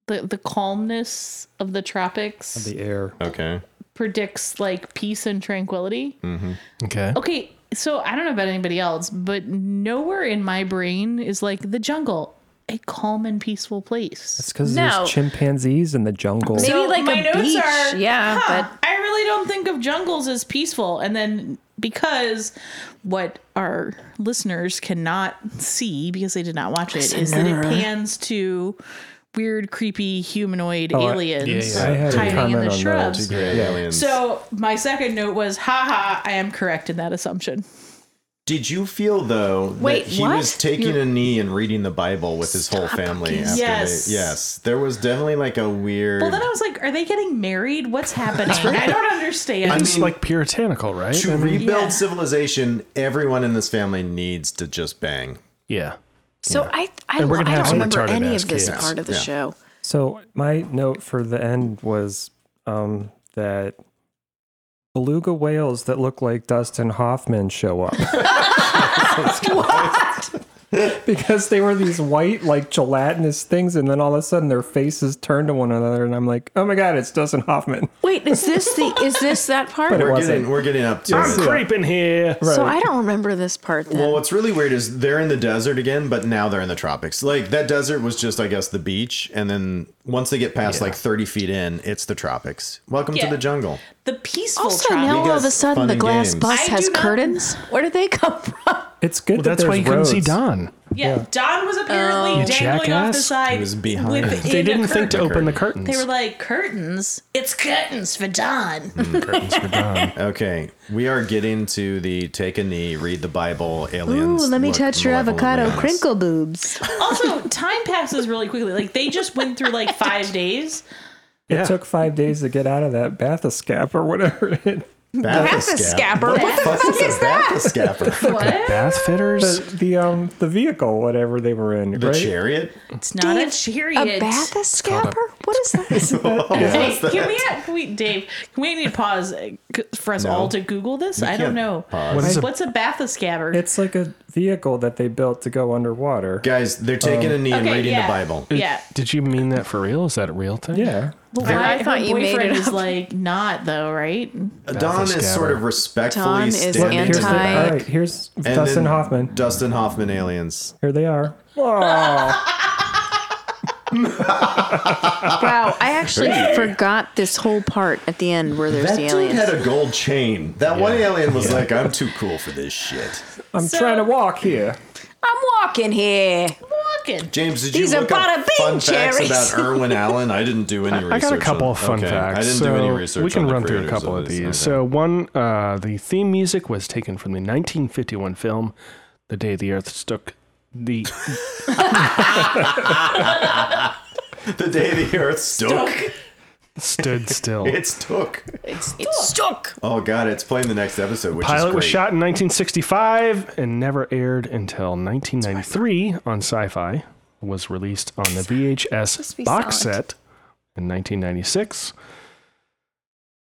F: the the calmness of the tropics
E: The air.
B: okay.
F: predicts like peace and tranquility.
E: Hmm.
A: Okay.
F: Okay, so I don't know about anybody else, but nowhere in my brain is like the jungle a calm and peaceful place.
E: It's because
D: No.
E: there's chimpanzees in the jungle.
D: Maybe
F: So
D: like
F: my
D: a
F: notes
D: beach.
F: are,
D: yeah,
F: huh,
D: but
F: I really don't think of jungles as peaceful. And then because what our listeners cannot see because they did not watch it is that it pans to weird, creepy humanoid
E: Oh, I-
F: aliens
E: I had a
F: hiding in
E: comment
F: the
E: on
F: shrubs.
E: those. Yeah.
B: Aliens.
F: So my second note was, haha, I am correct in that assumption.
B: Did you feel though
D: Wait,
B: that he
D: what?
B: was taking a knee and reading the Bible with his whole family? After
F: Yes.
B: They, yes. There was definitely like a weird.
F: Well, then I was like, are they getting married? What's happening? I don't understand.
B: I
A: It's
B: mean,
A: like puritanical, right?
B: to
A: I mean,
B: rebuild
F: Yeah.
B: civilization, everyone in this family needs to just bang.
A: yeah.
C: So I, I,
A: And we're
C: I
A: gonna have
C: don't
A: some
C: remember
A: retarded
C: any
A: ass
C: of this
A: kids.
C: part of the
B: Yeah.
C: show.
E: So my note for the end was um, that beluga whales that look like Dustin Hoffman show up. because they were these white, like gelatinous things, and then all of a sudden their faces turn to one another, and I'm like, oh my god, it's Dustin Hoffman.
C: Wait, is this the is this that part?
E: But it
B: We're
E: wasn't.
B: getting we're getting up to it.
A: Creeping here.
C: so I don't remember this part then.
B: Well, what's really weird is they're in the desert again, but now they're in the tropics. Like that desert was just, I guess, the beach, and then once they get past like thirty feet in, it's the tropics. Welcome
F: Yeah.
B: to the jungle.
F: the peaceful
C: also,
F: tropic.
C: now all of a
B: Because
C: sudden
B: fun
C: the
B: and
C: glass
B: games.
C: bus
F: I
C: has
F: do not-
C: curtains. Where did they come from?
E: It's good
A: Well,
E: that
A: that's why you
E: there's
A: couldn't see
E: roads.
A: Don.
F: Yeah, Don was apparently
C: Oh.
F: dangling off the
A: Jackass.
F: side.
B: He was behind.
F: within
A: They didn't
F: a
A: think to
F: curtain.
A: open the curtains.
F: They were like curtains. It's curtains for Don.
A: curtains for Don.
B: Okay, we are getting to the take a knee, read the Bible,
D: ooh,
B: aliens.
D: let me
B: look
D: touch your avocado
B: malevolently at us.
D: crinkle boobs.
F: also, time passes really quickly. Like they just went through like five days.
E: It
A: Yeah.
E: took five days to get out of that bathyscaphe or whatever it is.
D: Bathyscapper? What the
B: fuck is a bathyscapper?
F: What?
A: Bath fitters.
E: The, the um the vehicle, whatever they were in,
B: The
E: right?
B: chariot?
F: It's not
C: Dave,
F: a chariot.
C: A bathyscapper? What is that?
F: Hey, can we, can we, Dave? Can we need to pause uh, c- for us all to Google this? I
B: can't
F: don't know.
B: pause.
A: What is a-
F: What's a bathyscapper?
E: It's like a vehicle that they built to go underwater.
B: Guys,
D: Um,
B: they're taking a knee and
F: okay,
B: reading
F: yeah.
B: the Bible.
F: Yeah.
A: Did you mean that for real? Is that a real thing?
E: Yeah.
F: Well,
D: I
F: her
D: thought you made
F: boyfriend
D: it
F: is
D: up.
F: like not though, right?
B: Don is sort of respectfully
C: Don is
B: standing to
E: Here's
B: the
E: the,
C: anti-
B: back.
E: all right, here's
B: And
E: Dustin
B: then
E: Hoffman.
B: Dustin Hoffman aliens.
E: Here they are. Oh,
C: wow, I actually forgot this whole part at the end where there's
B: That
C: the
B: dude
C: aliens.
B: had a gold chain. That one alien was like, I'm too cool for this shit.
E: I'm trying to walk here.
C: I'm walking here.
F: Walking.
B: James, did
C: These
B: you
C: are
B: look up
C: bada bing
B: fun
C: cherries.
B: facts about Erwin Allen? I didn't do any research.
A: I got a couple
B: on-
A: of fun
B: okay,
A: facts.
B: I didn't
A: so
B: do any research.
A: We can
B: on the
A: run through a
B: creators
A: couple of
B: this.
A: these.
B: Okay.
A: So one, uh, the theme music was taken from the 1951 film "The Day the Earth Stook." The
B: the day the earth stook,
A: stood still.
B: it's took.
D: It's stuck.
B: Oh god, it's playing the next episode, which is
A: Pilot
B: great.
A: was shot in 1965 and never aired until 1993 on Sci-Fi. Was released on the VHS box set in 1996.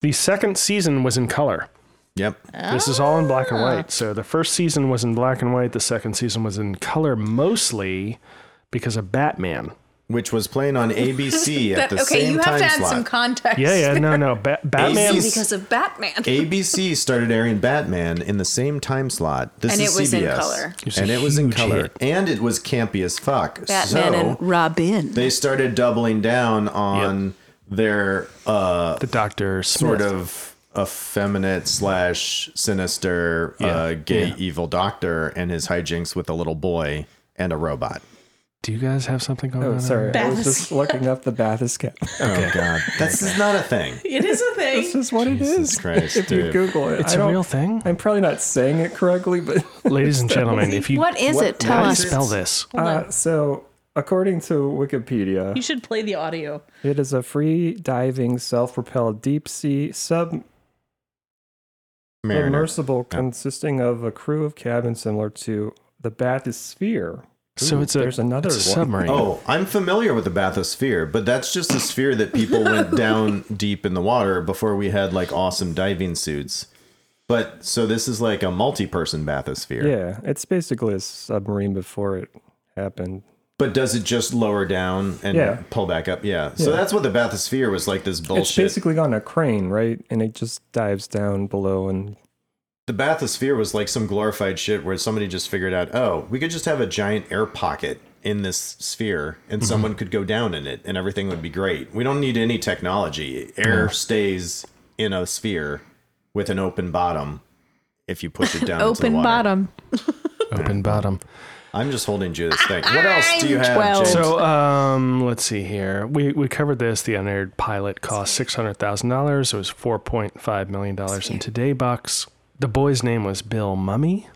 A: The second season was in color.
B: Yep.
A: This is all in black and
C: Ah.
A: white. So the first season was in black and white. The second season was in color mostly because of Batman.
B: Which was playing on ABC at
D: That-
B: the
D: okay,
B: same
D: you have
B: time
D: to add
B: slot.
D: some context.
A: Yeah, yeah, no, no. Ba- Batman.
B: Batman's-
D: because of Batman.
B: ABC started airing Batman in the same time slot. This
D: And
B: is
D: it was in
B: CBS.
D: color.
A: It was a
B: And it was in
A: huge
B: color.
A: hit.
B: And it was campy as fuck.
C: Batman
B: so
C: and Robin.
B: they started doubling down on their uh,
A: the Doctor Smith.
B: sort of effeminate slash sinister uh,
A: Yeah,
B: gay
A: yeah.
B: evil doctor and his hijinks with a little boy and a robot.
A: Do you guys have something going
E: Oh,
A: on?
E: sorry. I was just looking up the Bathys cat.
B: Oh god. This is not a thing.
F: It is a
E: This
F: thing.
E: is what it is.
B: Christ,
E: if
B: dude.
E: you Google it,
A: It's
E: I
A: a
E: don't-
A: real thing.
E: I'm probably not saying it correctly, but
A: Ladies and gentlemen, if you
C: what is
B: what-
C: it? Tell
A: how do you
C: us.
A: spell this,
E: uh, so according to Wikipedia,
F: You should play the audio.
E: It is a free diving, self propelled deep sea
B: Mariner.
E: submersible consisting of a crew of cabins similar to the Bathysphere.
A: so
E: Ooh,
A: it's a
E: there's another
A: it's a
E: one.
A: submarine.
B: Oh, I'm familiar with the bathysphere, but that's just a sphere that people went down deep in the water before we had like awesome diving suits. But so this is like a multi-person bathysphere.
E: Yeah, it's basically a submarine before it happened.
B: But does it just lower down and
E: Yeah.
B: pull back up? Yeah. So
E: Yeah.
B: that's what the bathysphere was like. This
E: It's
B: bullshit.
E: basically on a crane, right? And it just dives down below and
B: the bathysphere was like some glorified shit where somebody just figured out, oh, we could just have a giant air pocket in this sphere and someone could go down in it and everything would be great. We don't need any technology. Air stays in a sphere with an open bottom if you push it down. into the
D: Open
B: water.
D: bottom.
A: Open bottom.
B: I'm just holding you to this thing. What else do you have,
E: Oh.
B: James?
A: So um, let's see here. We we covered this. The unaired pilot cost six hundred thousand dollars. It was four point five million dollars in today bucks. The boy's name was Bill Mummy.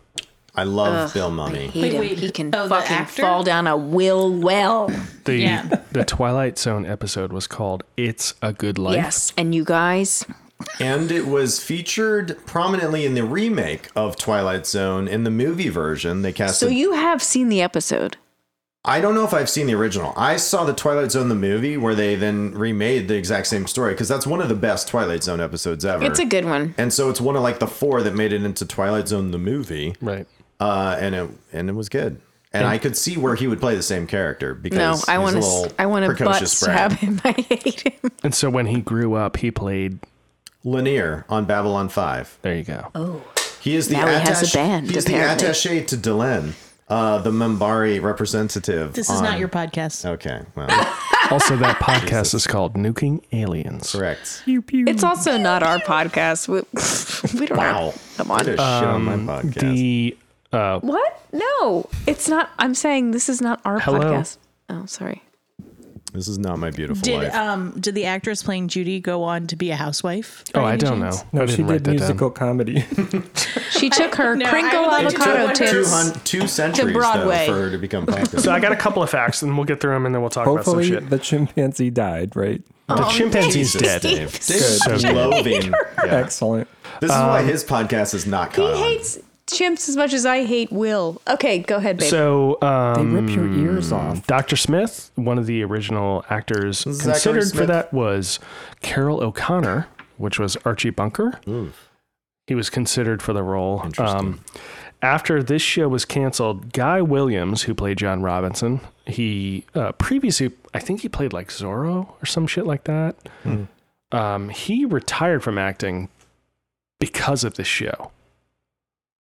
B: I love Bill Mummy.
C: Hate
F: Wait,
C: him.
F: wait,
C: He can
F: oh, the
C: fucking
F: actor?
C: fall down a will well.
A: The
F: Yeah.
A: the Twilight Zone episode was called "It's a Good Life."
C: Yes. And you guys,
B: And it was featured prominently in the remake of Twilight Zone in the movie version. They cast
C: so
B: a
C: you have seen the episode.
B: I don't know if I've seen the original. I saw the Twilight Zone the movie where they then remade the exact same story because that's one of the best Twilight Zone episodes ever.
C: It's a good one.
B: and so it's one of like the four that made it into Twilight Zone the movie,
A: Right.
B: uh, and it and it was good. And I could see where he would play the same character
C: No,
B: because
C: I
B: he's a
C: want
B: little
C: to. I want to butt
B: precocious brat.
C: stab him. I hate him.
A: And so when he grew up, he played.
B: Lanier on Babylon Five.
A: There you go.
B: He is the
C: Now he has a
B: attaché-
C: band,
B: He's
C: apparently.
B: the attaché to Delenn, uh, the Membari representative.
F: This is
B: on-
F: not your podcast.
B: Okay, well,
A: Also, that podcast is called "Nuking Aliens."
B: correct.
C: It's also not our podcast. We, we don't
B: Wow,
C: know. Come on.
B: Get a shit on my podcast.
A: The
C: What? No, it's not. I'm saying this is not our
A: Hello?
C: podcast. Oh, sorry.
B: This is not my beautiful
F: Did
B: life.
F: um did the actress playing Judy go on to be a housewife?
A: oh, I don't know.
E: no,
A: I
E: she
A: didn't write that
E: did
A: down.
E: musical comedy.
D: She took her
F: no, I
D: crinkle
F: would like to
D: avocado
F: do it.
D: tips.
B: hun- two centuries
D: Broadway.
B: though for her to become popular.
A: So I got a couple of facts, and we'll get through them, and then we'll talk
E: Hopefully,
A: about some shit.
E: the chimpanzee died, right?
D: Oh,
A: the chimpanzee's
B: Jesus,
A: dead.
B: Dave. Dave is loathing. Yeah.
E: Excellent.
B: This is
A: Um,
B: why his podcast is not caught
D: He
B: on.
D: hates chimps as much as I hate Will. Okay, go ahead, babe.
A: So um,
E: They rip your ears off.
A: Dr. Smith, one of the original actors
B: Zachary
A: considered for
B: Smith.
A: that was Carol O'Connor, which was Archie Bunker. He was considered for the role. Um, after this show was canceled, Guy Williams, who played John Robinson, he uh, previously, I think he played like Zorro or some shit like that.
B: Hmm.
A: Um, he retired from acting because of this show.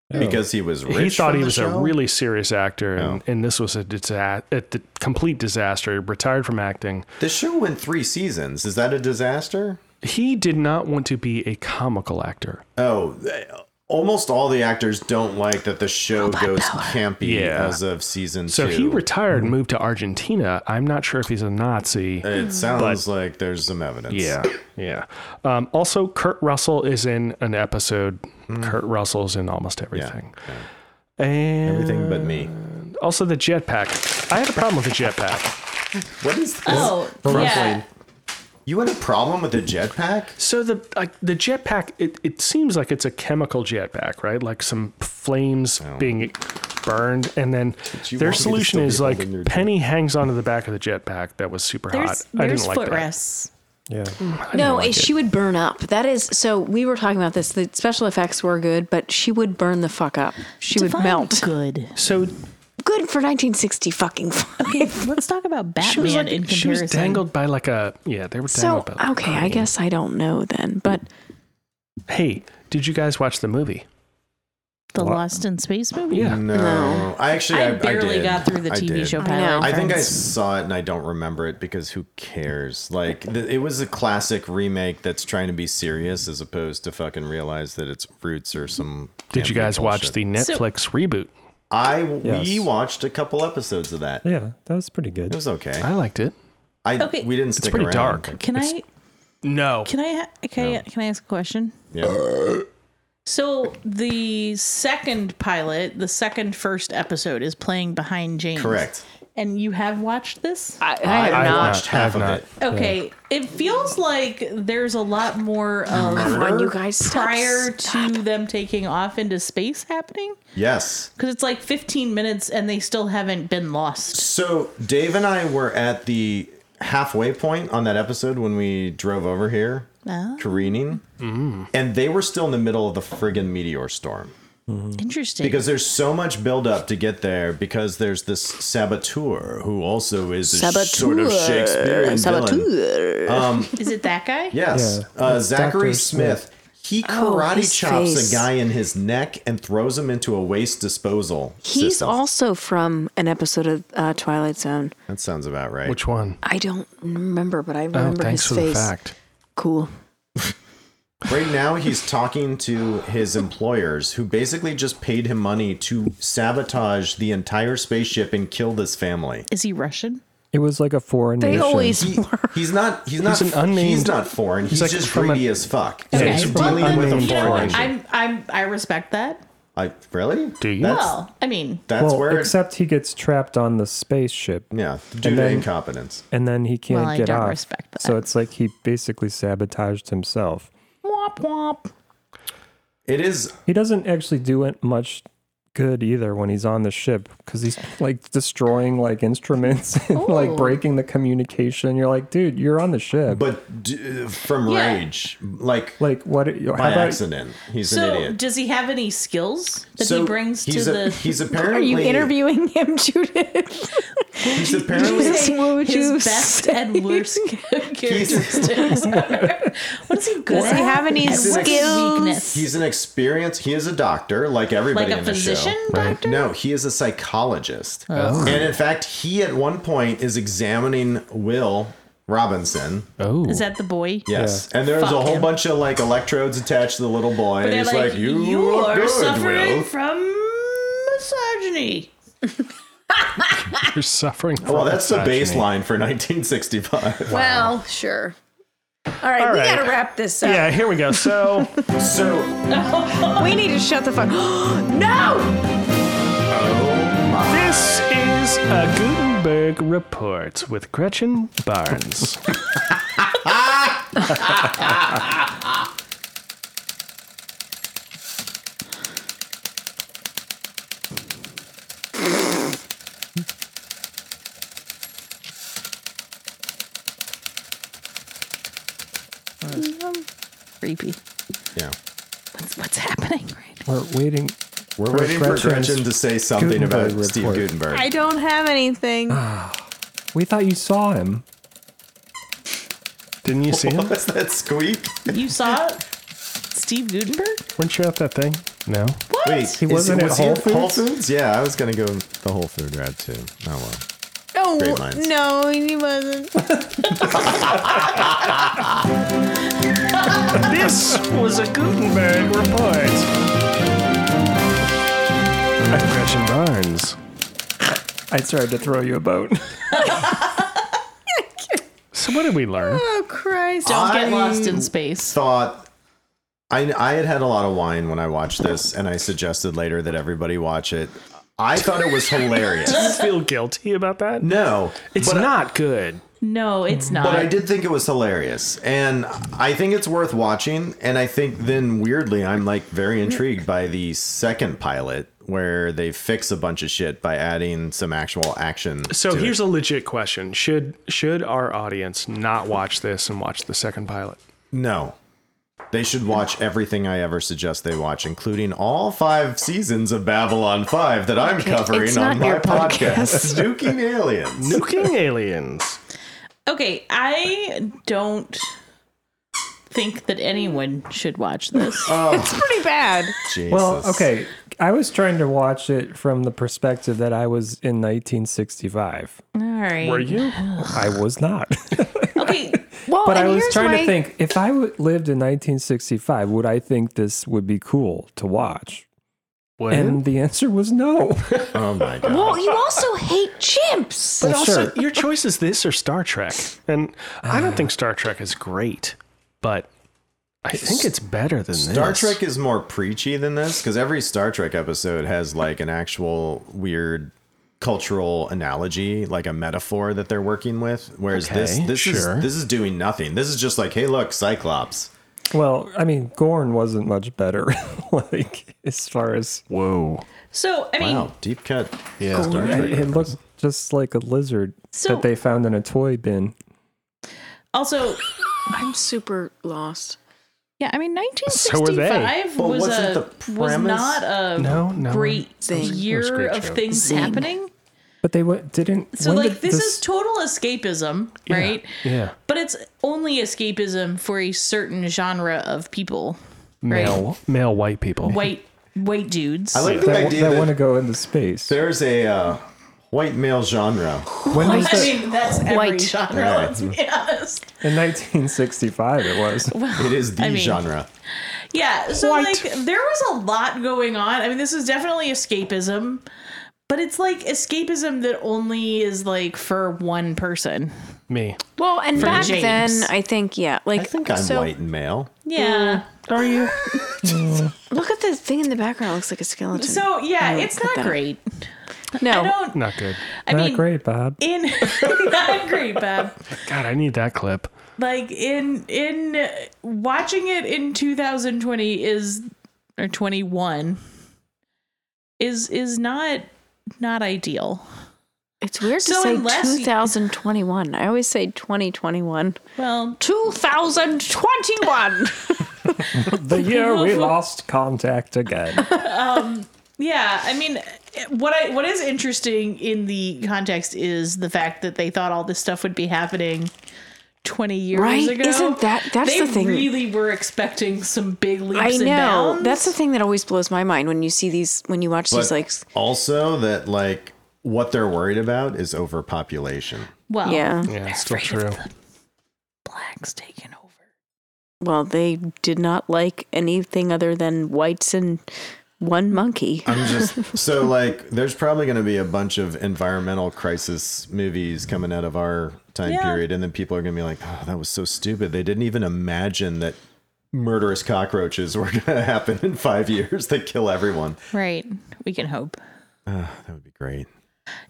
B: because he was rich.
A: Oh. he thought
B: from
A: he
B: the
A: was
B: show?
A: a really serious actor, and,
B: Oh.
A: and this was a, disa- a d- complete disaster. He retired from acting.
B: The show went three seasons. Is that a disaster?
A: He did not want to be a comical actor.
B: Oh, th- almost all the actors don't like that the show goes campy
A: Yeah.
B: as of season
A: So
B: two.
A: he retired
B: Mm-hmm.
A: and moved to Argentina. I'm not sure if he's a Nazi.
B: it sounds like there's some evidence.
A: yeah, yeah. Um, also, Kurt Russell is in an episode.
B: Mm.
A: Kurt Russell's in almost everything. And
B: Everything but me.
A: also the jetpack. I had a problem with the jetpack.
B: What is this?
F: Oh, yeah.
B: You had a problem with the jetpack?
A: So the like the jetpack, it, it seems like it's a chemical jetpack, right? Like some flames being burned, and then
B: you
A: their
B: want me to
A: solution
B: still be
A: is
B: holding your
A: like Penny hangs onto the back of the jetpack that was super
F: There's
A: hot. I
F: there's
A: didn't like that.
F: footrests.
E: Yeah.
C: Mm. No, it- she would burn up. That is so. We were talking about this. The special effects were good, but she would burn the fuck up. She would
F: Divine
C: melt.
F: Good.
A: So
C: Good for 1960 fucking
F: Okay, let's talk about
A: she
F: Batman
A: was like
F: in
A: she
F: comparison.
A: was dangled by like a yeah they were
C: So
A: dangled by. Like
C: okay, I guess I don't know then, but
A: Hey, did you guys watch the movie?
F: the Lost in Space movie.
A: Yeah.
B: No,
C: No.
B: I actually
F: I
B: I,
F: barely
B: did.
F: got through the
B: I
F: TV
B: did.
F: show
C: I
F: pilot.
C: know.
B: I think I
F: reference.
B: saw it and I don't remember it because who cares? Like th- it was a classic remake that's trying to be serious as opposed to fucking realize that it's roots or some.
A: Did you
B: campy
A: guys watch
B: bullshit.
A: the Netflix reboot?
B: I we
E: Yes.
B: watched a couple episodes of that. It
E: Oh, Yeah, that was pretty good.
B: was okay.
A: I liked it.
B: I
F: Okay.
B: we didn't stick
A: pretty
B: around.
A: dark.
F: Can I?
A: No.
F: Can I? Can I? Can I ask a question?
B: Yeah.
F: So the second pilot, the second first episode, is playing behind James.
B: Correct.
F: And you have watched this?
C: I, I have
B: I
C: not.
B: watched half
A: I've
B: of
A: not.
B: it.
F: Okay, it feels like there's a lot more of
C: Come on, you guys. Stop,
F: prior
C: stop.
F: to them taking off into space happening
B: Yes.
F: because it's like 15 minutes and they still haven't been lost.
B: So Dave and I were at the halfway point on that episode when we drove over here,
C: Oh.
B: careening, and they were still in the middle of the friggin' meteor storm.
F: Interesting.
B: Mm. Because there's so much buildup to get there. Because there's this saboteur who also is a
C: Saboteur.
B: sort of Shakespearean villain.
C: Saboteur.
F: is it that guy?
B: Yes,
E: Yeah,
B: uh,
E: that's
B: Zachary
E: Dr.
B: Smith.
E: Smith.
B: He
C: Oh,
B: karate
C: his
B: chops
C: face.
B: a guy in his neck and throws him into a waste disposal
C: He's
B: system.
C: also from an episode of uh, Twilight Zone.
B: that sounds about right.
A: Which one?
C: I don't remember, but I
A: Oh,
C: remember
A: thanks
C: his
A: for
C: face.
A: the fact.
C: Cool.
B: Right now, he's talking to his employers who basically just paid him money to sabotage the entire spaceship and kill this family.
F: Is he Russian?
E: It was like a foreign
C: They
E: mission.
C: always
B: He, he's not. He's not.
A: an
B: He's
A: unnamed-
B: not foreign. He's,
A: like
B: just
A: from a-
B: greedy as fuck.
A: Yeah,
B: And
A: he's
B: he's
A: from an
B: dealing with a
A: unnamed
F: you know
B: foreign.
F: what? I'm, I'm, I respect that.
B: I really.
A: Do you?
B: That's,
F: Well, I mean,
B: that's
E: well,
B: where. It,
E: except he gets trapped on the spaceship
B: yeah, due to
E: then-
B: incompetence.
E: and then he can't
F: Well, I
E: get
F: don't
E: off.
F: respect that.
E: So it's like he basically sabotaged himself.
F: womp womp.
B: It is.
E: He doesn't actually do it much good either when he's on the ship because he's like destroying like instruments and like breaking the communication. You're like, dude, you're on the ship.
B: But d- from
F: Yeah.
B: rage, like
E: like, what? how
B: by
E: about-
B: accident, he's an
F: So,
B: idiot.
F: does he have any skills that
B: So
F: he brings to
B: he's a-
F: the?
B: He's
C: Are
B: apparently.
C: you interviewing him, Judith?
B: He's apparently.
F: Say
C: What would
F: his
C: you
F: best and worst characteristics. what is he good
C: Does
F: at?
C: he have any
F: And what's his
C: skills?
F: Weakness?
B: He's an experience. He is a doctor, like everybody
F: Like a
B: in the
F: physician
B: show.
F: Right. doctor?
B: No, he is a psychologist.
E: Oh.
B: And in fact, he at one point is examining Will Robinson.
A: Oh.
F: is that the boy?
B: Yes, and there's a
F: Fuck
B: whole
F: him.
B: bunch of like electrodes attached to the little boy, and
F: They're
B: he's like, "You, look
F: are
B: good,
F: suffering
B: Will."
F: from misogyny.
A: You're suffering from
B: Oh, Well, that's the
A: misogyny.
B: baseline for 1965.
D: Well, sure. All right, we gotta wrap this up.
A: Yeah, here we go. So
B: So,
C: we need to shut the fuck. no.
A: this is a Gutenberg report with Gretchen Barnes.
F: Creepy.
B: yeah,
F: What's, what's happening? Right.
E: We're waiting.
B: we're waiting for
E: Gretchen's
B: Gretchen to say something about
E: Gutenberg
B: Steve
E: report.
B: Gutenberg.
D: I don't have anything.
E: We thought you saw him.
A: Didn't you see him?
B: What's that squeak?
F: You saw it? Steve Gutenberg?
A: Weren't you at that thing? No.
F: What?
B: Wait,
E: He wasn't at
B: was he
E: Whole
B: Whole
E: Foods?
B: Foods? Yeah, I was gonna go the Whole Food route too. Oh well.
D: Oh
B: Great minds.
D: no, he wasn't.
A: This was a Gutenberg report. I'm Gretchen Barnes.
E: I tried to throw you a boat.
A: So what did we learn?
D: Oh Christ!
F: Don't get
B: I
F: lost in space.
B: thought I I had had a lot of wine when I watched this, and I suggested later that everybody watch it. I thought it was hilarious.
A: I feel guilty about that.
B: No,
A: It's
B: but
A: not good.
F: No, it's not.
B: But I did think it was hilarious, and I think it's worth watching. And I think then weirdly, I'm like very intrigued by the second pilot, where they fix a bunch of shit by adding some actual action.
A: So
B: to it.
A: here's a legit question: Should should our audience not watch this and watch the second pilot?
B: No. They should watch everything I ever suggest they watch, including all five seasons of Babylon 5 that I'm covering
C: it's
B: on
C: not
B: my
C: your
B: podcast.
C: podcast.
B: Nuking Aliens.
A: Nuking aliens.
F: Okay, I don't think that anyone should watch this.
D: It's pretty bad.
B: Jesus.
E: Well, okay. I was trying to watch it from the perspective that I was in 1965.
F: All right.
A: Were you?
E: I was not.
F: Okay.
C: Well,
E: but
C: and
E: I was
C: here's
E: trying
C: my,
E: to think if I w- lived in 1965, would I think this would be cool to watch?
A: What?
E: And the answer was no.
B: Oh my god.
C: Well, you also hate chimps.
A: but
E: Well,
A: also,
E: sure.
A: your choices this or Star Trek, and I don't think Star Trek is great, but I think it's better than
B: Star
A: this.
B: Trek is more preachy than this because every Star Trek episode has like an actual weird cultural analogy, like a metaphor that they're working with. Whereas this,
A: Okay,
B: this
A: sure.
B: is this is doing nothing. This is just like, hey, look, Cyclops.
E: well, I mean, Gorn wasn't much better, like as far as
A: Whoa.
F: So I mean,
B: Wow, deep cut.
A: Yeah.
B: Star Trek.
E: it looked just like a lizard
F: So-
E: that they found in a toy bin.
F: also,
C: I'm super lost.
F: yeah, I mean,
A: So were they.
F: 1965
B: But
F: was
B: wasn't
F: a
B: the
F: was
B: premise-
F: not a
A: No, no.
F: great
C: Zing.
A: It was a
F: year
A: great
F: of
A: joke.
F: things
C: Zing.
F: happening.
E: But they w- didn't.
F: So
E: when
F: like
E: did
F: this, is total escapism, right?
A: Yeah.
F: But it's only escapism for a certain genre of people, right?
A: Male, male white people.
F: White white dudes.
B: I like the
E: that,
B: idea
E: that
B: that
E: want to go into space.
B: there's a uh, white male genre.
E: When was
F: I
E: that?
F: mean, that's every
C: White.
F: genre. Let's be honest.
E: In 1965, it was.
B: It is the
F: I mean-
B: genre.
F: Yeah. So like, there was a lot going on. I mean, this is definitely escapism, but it's like escapism that only is like for one person.
A: Me.
C: Well, and back
F: James.
C: then, I think yeah, like
B: I think I'm
C: so.
B: white and male.
F: Yeah.
A: Are you?
C: Look at the thing in the background; it looks like a skeleton.
F: Mm. So yeah,
C: Oh,
F: it's
C: cut
F: not
C: that Oh, out.
F: great.
C: no,
F: I don't.
A: Not good.
F: I
E: Not
F: mean,
E: great, Bob.
F: in not great, Bob.
A: God, I need that clip.
F: like in in uh, watching it in 2020 is or 21 is is not not ideal
C: it's weird to
F: So
C: say
F: unless you-
C: 2021. I always say 2021.
F: well
C: 2021.
E: The year we lost contact again.
F: yeah i mean what i what is interesting in the context is the fact that they thought all this stuff would be happening 20 years
C: Right?
F: ago
C: Isn't that- that's
F: they
C: the thing.
F: really were expecting some big leaps
C: I
F: and
C: know.
F: bounds
C: That's the thing that always blows my mind when you see these, when you watch these, like, s-
B: also that like what they're worried about is overpopulation.
F: well
C: yeah.
A: Yeah, it's still true.
F: blacks taken over
C: Well, they did not like anything other than whites and one monkey.
B: I'm just so like there's probably going to be a bunch of environmental crisis movies coming out of our time
F: Yeah.
B: period, and then people are going to be like, "Oh, that was so stupid. They didn't even imagine that." Murderous cockroaches were going to happen in five years that kill everyone.
F: right we can hope
B: That would be great.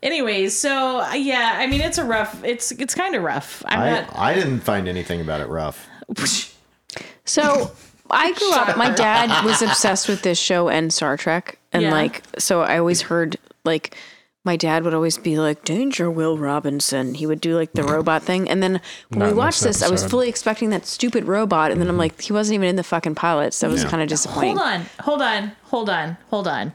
F: Anyways, so uh, yeah, I mean it's a rough. It's it's kind of rough. I'm
B: I,
F: not.
B: I didn't find anything about it rough.
C: So I grew up. My dad was obsessed with this show and Star Trek, and
F: Yeah.
C: like, so I always heard like my dad would always be like, "Danger, Will Robinson." He would do like the robot thing, and then when
A: Not
C: we
A: in
C: watched
A: this
C: this, I was
A: episode. Mm-hmm.
C: fully expecting that stupid robot, and then I'm like, he wasn't even in the fucking pilot, so it was
B: Yeah.
C: kind of disappointing.
F: Hold on, hold on, hold on, hold on.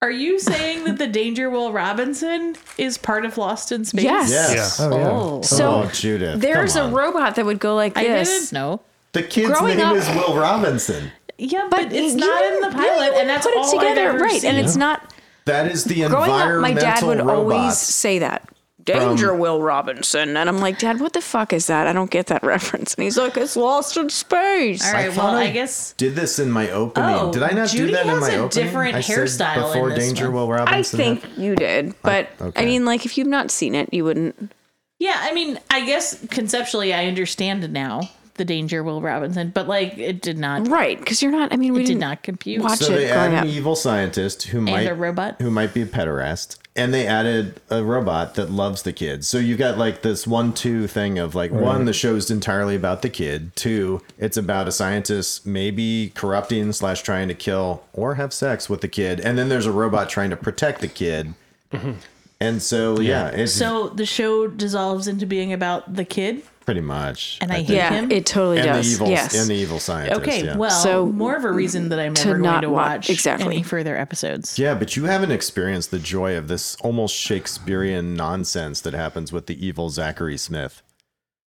F: Are you saying that the Danger Will Robinson is part of Lost in Space?
C: Yes.
B: Yes.
E: Oh, yeah.
F: Oh,
C: So
B: oh, Judith.
C: There's
B: come
C: a
B: on.
C: robot that would go like
F: I
C: this.
F: didn't know.
B: The kid's
C: growing
B: name
C: up-
B: is Will Robinson.
F: Yeah, but, it's
C: you
F: not in the
C: didn't-
F: pilot,
C: yeah, you
F: and that's
C: put it
F: all
C: together,
F: I've ever
C: right?
F: seen.
C: And it's not
B: That is the
C: growing up.
B: environmental
C: My dad would
B: robot.
C: always say that. Danger, Will Robinson, and I'm like, Dad, what the fuck is that? I don't get that reference. And he's like, It's lost in space.
F: all right.
B: thought
F: Well,
B: I-
F: I guess
B: did this in my opening.
F: Oh,
B: Did I not
F: Judy
B: do that in
F: has
B: my
F: a
B: opening?
F: different
B: I said
F: hairstyle in
B: before
F: this
B: Danger
F: one.
B: Will
C: I
B: Robinson.
C: think you did, but
B: okay.
C: I mean, like, if you've not seen it, you wouldn't.
F: yeah. I mean, I guess conceptually, I understand now the danger, Will Robinson, but like it did not.
C: Right, because you're not. I mean, we
F: it did
C: didn't
F: not compute.
C: watch
B: so
C: it
B: they
C: growing
B: add
C: up.
B: an evil scientist who might
F: a robot.
B: who might be a pederast, and they added a robot that loves the kids. So you've got like this one-two thing of like one, the show's entirely about the kid. Two, it's about a scientist maybe corrupting slash trying to kill or have sex with the kid, and then there's a robot trying to protect the kid. And so yeah, it's
F: So the show dissolves into being about the kid,
B: pretty much
F: and I, hate
C: yeah,
F: him.
C: it totally
B: and
C: does.
B: the evil
C: yes.
B: and the evil scientist.
F: okay,
B: yeah.
F: well,
C: So,
F: more of a reason that I'm never going
C: not
F: to
C: wa-
F: watch
C: exactly.
F: any further episodes.
B: Yeah, but you haven't experienced the joy of this almost Shakespearean nonsense that happens with the evil Zachary Smith.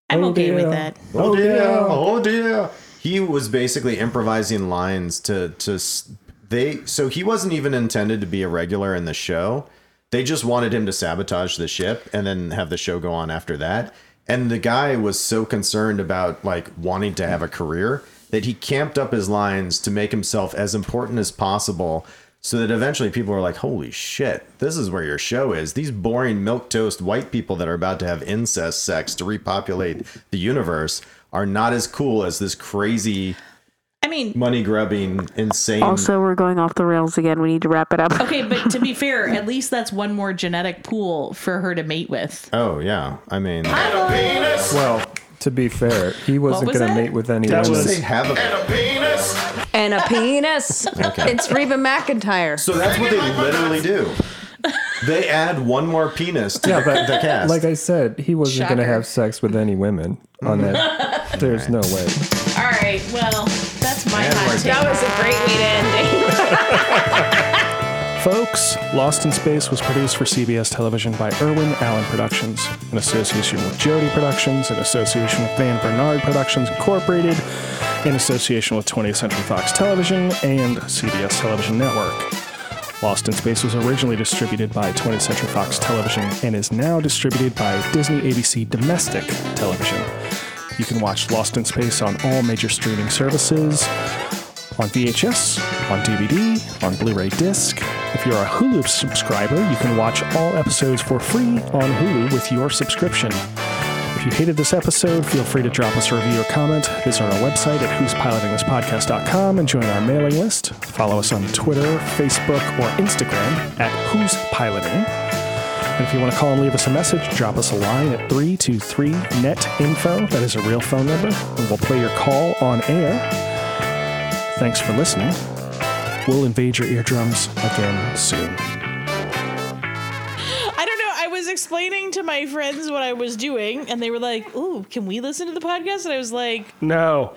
F: I'm
E: Oh,
F: okay
E: dear.
F: with that.
B: Oh dear!
E: dear.
B: Oh dear! He was basically improvising lines to to s- they. So he wasn't even intended to be a regular in the show. They just wanted him to sabotage the ship and then have the show go on after that. And the guy was so concerned about like wanting to have a career that he camped up his lines to make himself as important as possible. So that eventually people were like, "Holy shit! This is where your show is. These boring milk toast white people that are about to have incest sex to repopulate the universe are not as cool as this crazy
F: I mean,
B: money grubbing insane."
L: Also, we're going off the rails again. We need to wrap it up.
F: okay, but to be fair, at least that's one more genetic pool for her to mate with.
B: oh yeah, I mean,
E: Well, to be fair, he wasn't
F: was
E: going to
F: that?
E: mate with anyone.
A: That
B: just
A: was-
B: say have a.
D: and a penis. It's Reba McIntyre.
B: So that's what they literally do. They add one more penis to
E: Yeah, but
B: the cast.
E: like I said, he wasn't going to have sex with any women on that. There's no way.
F: All right, well, that's my hot take.
L: That was a great way to end it.
A: Folks, Lost in Space was produced for CBS Television by Irwin Allen Productions, in association with Jody Productions, in association with Van Bernard Productions Incorporated, in association with 20th Century Fox Television and CBS Television Network. Lost in Space was originally distributed by 20th Century Fox Television and is now distributed by Disney ABC Domestic Television. You can watch Lost in Space on all major streaming services on VHS, on DVD, on Blu ray disc. If you're a Hulu subscriber, you can watch all episodes for free on Hulu with your subscription. If you hated this episode, feel free to drop us a review or comment. Visit our website at whospilotingthispodcast.com and join our mailing list. Follow us on Twitter, Facebook, or Instagram at Who's Piloting. And if you want to call and leave us a message, drop us a line at 323 net info. That is a real phone number, and we'll play your call on air. Thanks for listening. We'll invade your eardrums again soon.
F: I don't know. I was explaining to my friends what I was doing, and they were like, "Ooh, can we listen to the podcast?" And I was like,
A: No.